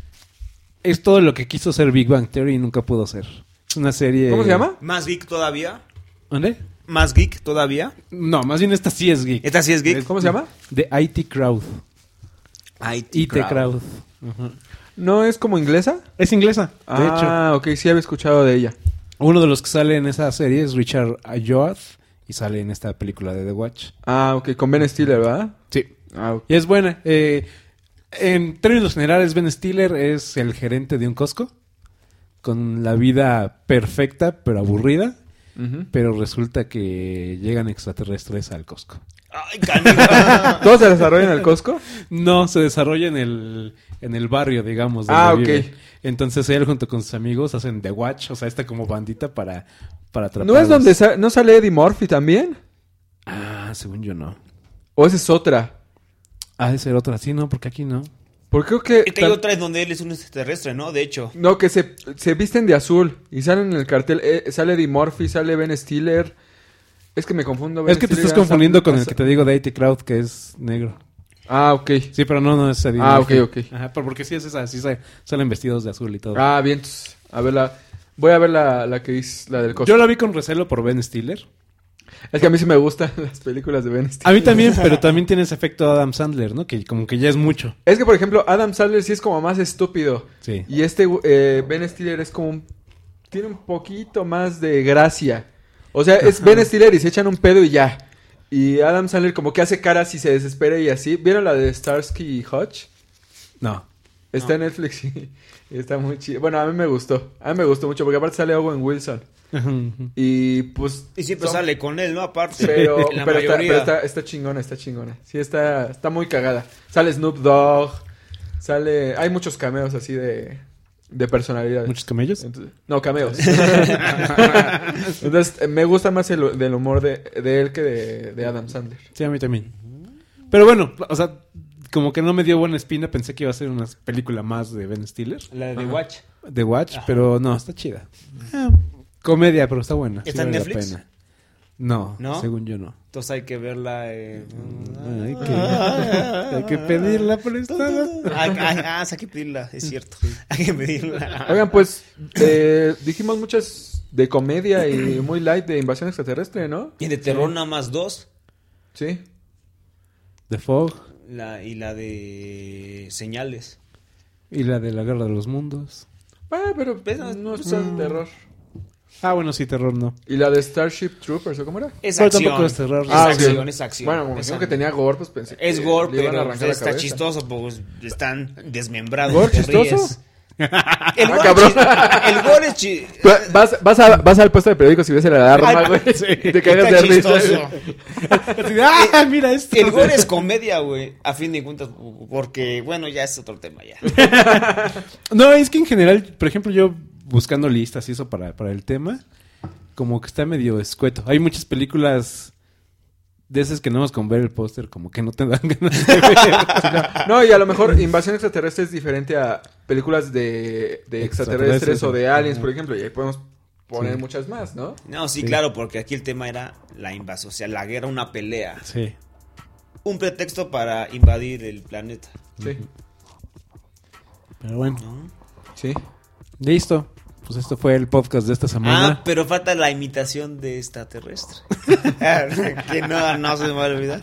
es todo lo que quiso ser Big Bang Theory y nunca pudo ser. Es una serie.
¿Cómo se llama?
¿Más geek todavía?
¿Dónde?
¿Más geek todavía?
No, más bien esta sí es geek.
¿Esta sí es geek?
¿Cómo se llama?
De IT Crowd.
IT,
IT Crowd.
¿No es como inglesa?
Es inglesa, de hecho.
ah, ok, sí había escuchado de ella.
Uno de los que sale en esa serie es Richard Ayoade y sale en esta película de The Watch.
Ah, ok, con Ben Stiller, ¿verdad?
Sí.
Ah, ok.
Y es buena. eh, en términos generales, Ben Stiller es el gerente de un Costco con la vida perfecta pero aburrida,
Ujú.
pero resulta que llegan extraterrestres al Costco.
Ay, canijo.
¿Todos se desarrollan en el Costco?
No, se desarrolla en el, en el barrio, digamos. donde
Ah, ok.
vive. Entonces él junto con sus amigos hacen The Watch, o sea, esta como bandita para, para atraparlos.
¿No es donde sa- no sale Eddie Murphy también?
Ah, según yo no.
¿O esa es otra?
Ha de ser Ah, otra, sí, no, porque aquí no.
Porque creo que...
Es que hay
tam-
otra en donde él es un extraterrestre, ¿no? De hecho.
No, que se, se visten de azul y salen en el cartel. eh, sale Eddie Murphy, sale Ben Stiller. Es que me confundo. Ben
es que te
Stiller
estás
era Sam-
confundiendo con
ah,
el que te digo de IT Crowd, que es negro.
Ah, ok.
Sí, pero no, no es Eddie
Ah,
Murphy.
ok, ok.
Ajá, pero porque sí es esa, sí sa- salen vestidos de azul y todo.
Ah, bien. entonces, A ver, la, voy a ver la, la que es la del Costco.
Yo la vi con recelo por Ben Stiller.
Es que a mí sí me gustan las películas de Ben Stiller.
A mí también, pero también tiene ese efecto Adam Sandler, ¿no? Que como que ya es mucho.
Es que, por ejemplo, Adam Sandler sí es como más estúpido.
Sí.
Y este eh, Ben Stiller es como... un- Tiene un poquito más de gracia. O sea, es Ben Stiller y se echan un pedo y ya. Y Adam Sandler como que hace caras y se desespera y así. ¿Vieron la de Starsky y Hutch?
No.
Está en Netflix y, y está muy chido. Bueno, a mí me gustó. A mí me gustó mucho porque aparte sale Owen Wilson. Y pues...
Y siempre
son-
sale con él, ¿no? Aparte.
Pero,
la
pero está,
mayoría.
pero está, está chingona, está chingona. Sí, está, está muy cagada. Sale Snoop Dogg, sale... Hay muchos cameos así de, de personalidades.
¿Muchos camellos?
Entonces- no, cameos. Entonces, eh, me gusta más el del humor de, de él que de, de Adam Sandler.
Sí, a mí también. Pero bueno, o sea, como que no me dio buena espina. Pensé que iba a ser una película más de Ben Stiller,
La de Watch.
The Watch, pero no, está chida. Ah, comedia, pero está buena.
¿Está en
vale la
Netflix?
pena. No,
¿No?
según yo no.
Entonces hay que verla. eh, mm,
Hay que, hay que pedirla prestada.
Ah, ah, ah, hay que pedirla, es cierto. Hay que pedirla.
Oigan, pues, eh, dijimos muchas de comedia y muy light de invasión extraterrestre, ¿no?
Y de terror nada más dos.
Sí.
The Fog
La, y la de señales.
y la de la Guerra de los Mundos.
Ah, pero
Pues, no,
no es tan terror.
Ah, bueno, sí, terror no.
¿Y la de Starship Troopers o cómo era?
Es
Pero
acción.
tampoco es terror.
Es
Ah, ok.
acción, es acción.
Bueno, como
es
dijeron que tenía gore, pues pensé que
Es gore,
le iban a
pero
arrancar la
está
cabeza.
chistoso, pues están desmembrados.
¿Gore
te
chistoso?
ríes. El
Ah,
gore,
cabrón.
chi- el gore es chi-
Tú, Vas, vas, a- vas al puesto de periódicos y ves el alarma,
Ay,
güey.
sí.
y te cagas de
Está
risa.
chistoso.
Así de, ¡Ah, mira esto!
El gore es comedia, güey. A fin de cuentas, porque, bueno, ya es otro tema ya.
No, es que en general, por ejemplo, yo buscando listas y eso para, para el tema, como que está medio escueto. Hay muchas películas de esas que no más con ver el póster, como que no te dan ganas de ver.
No, y a lo mejor invasión extraterrestre es diferente a películas de, de extraterrestres
Extraterrestres,
o de
ajá.
aliens, por ejemplo. Y ahí podemos poner
Sí.
muchas más, ¿no?
No, sí,
Sí.
claro, porque aquí el tema era la invasión, o sea, la guerra, una pelea.
Sí.
Un pretexto para invadir el planeta.
Sí.
Pero bueno,
¿no?
Sí.
listo. Pues esto fue el podcast de esta
Ah,
semana.
pero falta la imitación de extraterrestre. que no, no se me va a olvidar.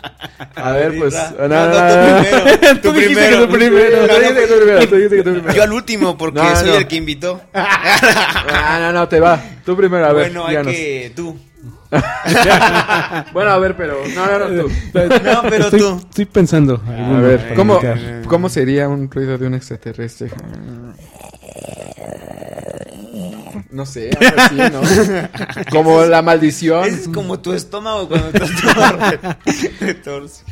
A ver, pues.
Ah,
No,
no,
no,
tú
Tú
no, no.
primero, tú
dijiste
primero.
que tú primero,
No,
tú dijiste que tú primero, tú dijiste que tú
no,
primero.
Yo al último, porque
No,
soy
no.
el que invitó.
Ah, no, no, te va. Tú primero, a ver.
bueno, hay
díganos.
que. Tú.
Bueno, a ver, pero. No, no, no, tú.
No, pero
estoy,
tú.
Estoy pensando.
A ver,
Ay,
¿cómo,
cara.
¿cómo sería un ruido de un extraterrestre? No sé, algo así, ¿no? Como la maldición.
Es como tu estómago cuando estás tor- te torce.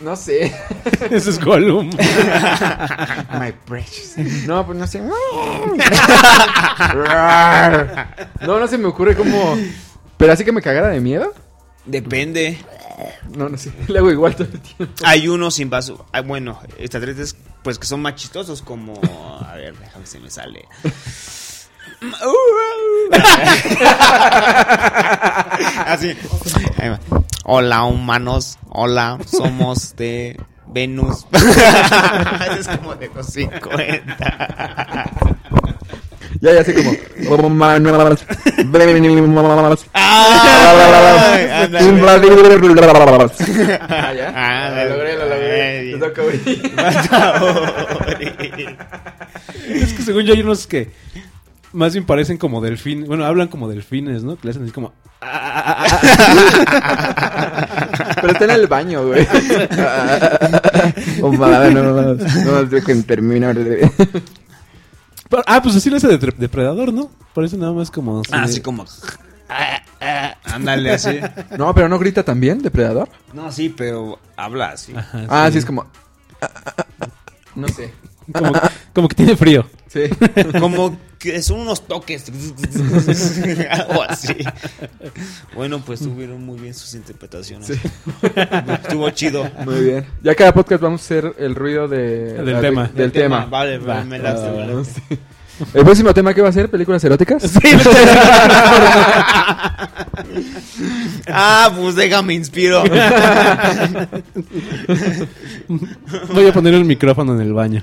No sé.
Ese es Gollum.
My precious.
No, pues no sé. No, no se me ocurre como. Pero así que me cagara de miedo.
Depende.
No, no sé. Le hago igual todo el tiempo.
Hay unos invasos. ah, Bueno, extraterrestres, pues que son más chistosos, como. A ver, déjame que se me sale. Así. Ahí va. Hola, humanos. Hola, somos de Venus. Ese es como de los 50.
Ya, ya sé como.
Ay, ándale.
Ah, ya.
Ah,
lo logré, lo logré.
ay.
Te toca güey.
es que según yo hay unos que más bien parecen como delfines. Bueno, hablan como delfines, ¿no? Que le hacen así como.
Pero está en el baño, güey. Oh, madre, no, no, no, dejen, termina.
Pero- ah, pues así lo hace de depre- depredador, ¿no? Parece nada más como. así
Ah,
de-
Así como. ah, ah, Ándale, así.
No, pero no grita también, depredador.
No, sí, pero habla así.
Ajá,
Ah, sí, es como. No sé.
como, como que tiene frío.
Sí.
Como que son unos toques. Algo así. Bueno, pues tuvieron muy bien sus interpretaciones. Estuvo chido.
Muy bien. Ya cada podcast vamos a hacer el ruido de,
Del tema.
Del, tema.
Vale,
Va.
vale, me la
Ah, no sé. El próximo tema que va a ser, películas eróticas.
Ah, pues déjame inspiro.
Voy a poner el micrófono en el baño.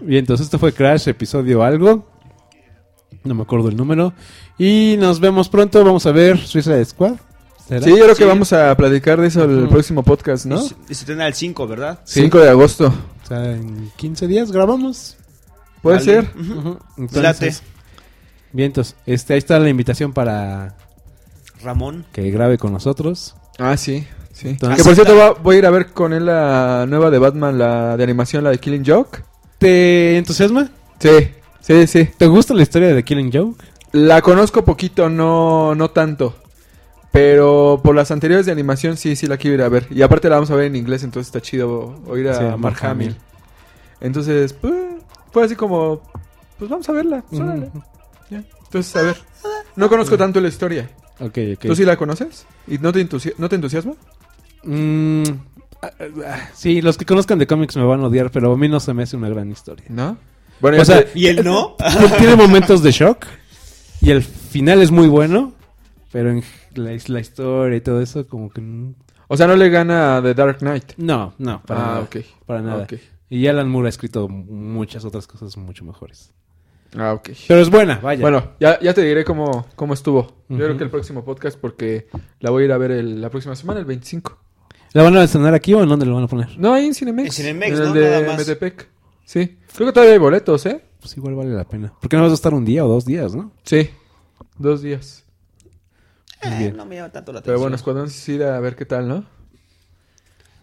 Bien, entonces esto fue Crash, episodio algo. No me acuerdo el número. Y nos vemos pronto. Vamos a ver Suicide Squad. ¿Será?
Sí, yo creo que vamos a platicar de eso el
Ujú.
próximo podcast, ¿no?
Y se tendrá el 5, ¿verdad?
5 de agosto.
O sea, en 15 días grabamos.
Puede
Vale.
ser.
Ujú.
Ujú.
Late.
bien, entonces, este, ahí está la invitación para
Ramón.
que grabe con nosotros.
Ah, sí. Sí.
Entonces-
que por cierto, va- voy a ir a ver con él la nueva de Batman, la de animación, la de Killing Joke.
¿Te entusiasma?
Sí, sí, sí.
¿Te gusta la historia de Killing Joke?
La conozco poquito, no, no tanto. Pero por las anteriores de animación sí, sí la quiero ir a ver. Y aparte la vamos a ver en inglés, entonces está chido oír a
Sí,
Mark, Hamill. Entonces, pues, fue así como, pues vamos a verla. pues, órale.
Ujú.
Ya. Entonces, a ver. No conozco tanto la historia.
Ok, ok.
¿Tú sí la conoces? ¿Y no te, entusi- no te entusiasma?
Mm, ah, ah, sí, los que conozcan de cómics me van a odiar, pero a mí no se me hace una gran historia.
¿No? Bueno,
O
ya
sea,
te-
¿Y él no?
Ah.
tiene momentos de shock y el final es muy bueno, pero en la, la historia y todo eso como que... mm,
o sea, no le gana a The Dark Knight.
No, no, para
Ah,
nada.
ok.
Para nada.
Ok.
Y Alan Moore ha escrito muchas otras cosas mucho mejores.
Ah, ok.
Pero es buena, vaya.
Bueno, ya, ya te diré cómo, cómo estuvo. Yo
Ujú.
creo que el próximo podcast, porque la voy a ir a ver el- la próxima semana, el 25.
¿La van a estrenar aquí o en dónde la van a poner?
No, ahí en Cinemex.
En Cinemex,
el
¿no?
de
Nada más.
Metepec. Sí. Creo que todavía hay boletos, ¿eh?
Pues igual vale la pena. Porque no vas a estar un día o dos días, ¿no?
Sí. Dos días.
Muy
Eh,
bien.
no me llama tanto la atención.
Pero bueno, Escuadrón Suicida, a ver qué tal, ¿no?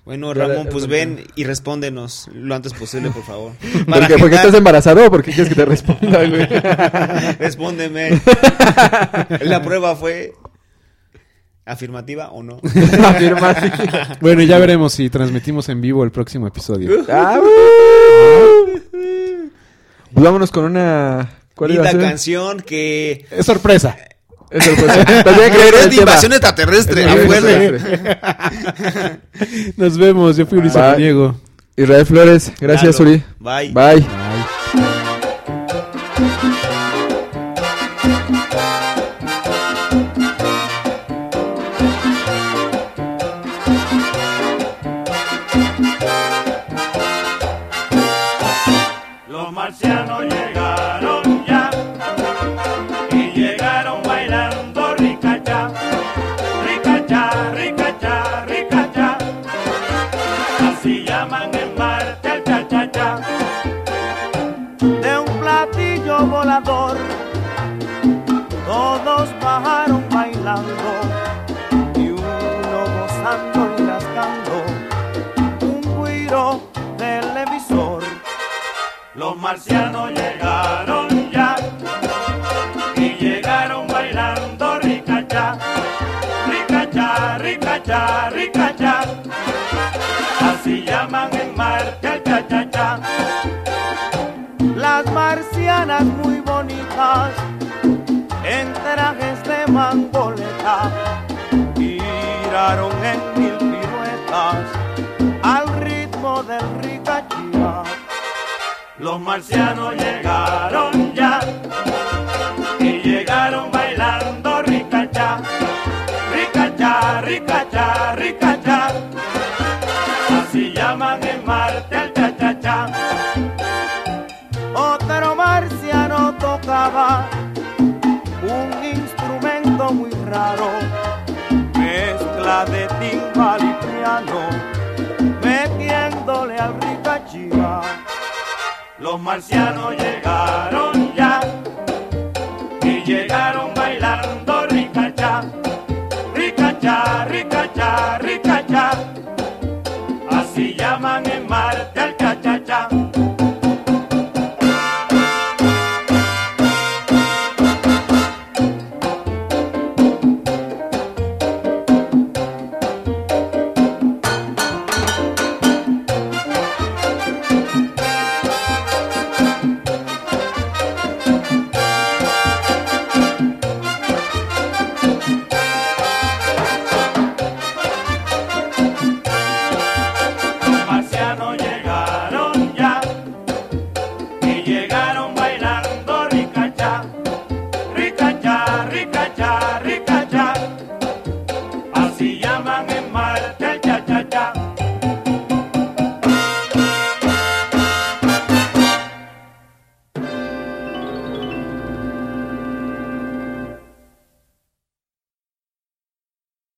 Bueno,
Ya la-
Ramón, pues
ya-
ven y respóndenos lo antes posible, por favor. Para
Porque, porque
agendar,
estás embarazado o porque quieres que te responda, güey.
Respóndeme. La prueba fue afirmativa o no.
Afirma así.
Bueno, ya veremos si transmitimos en vivo el próximo episodio.
Ah, güey. Pues vámonos con una. ¿Cuál
y
iba a
la
ser?
canción que...
Es sorpresa.
Es el próximo. Pero tiene pues, que ver
Pero
el
es de
tema.
invasión extraterrestre,
Es de invasión
acuérdense.
extraterrestre.
Nos vemos. Yo fui Ulises
Bye.
Diego.
Israel Flores, gracias,
Claro.
Uri.
Bye.
Bye.
Thank
bajando y rascando un guiro televisor. Los marcianos llegaron ya y llegaron bailando ricachá, ricachá, ricachá, ricachá. Así llaman en marcha el cha-cha-cha. Las marcianas muy bonitas en trajes de mangoleta giraron en mil piruetas al ritmo del ricachía. Los marcianos llegaron ya y llegaron bailando ricachá, ricachá, ricachá, ricachá. Así llaman en Marte al cha-cha-cha. Otro marciano tocaba un instrumento muy raro, mezcla de timbal y piano, metiéndole al ricachía. Los marcianos llegaron ya y llegaron bailando ricachá, ricachá, ricachá, ricachá.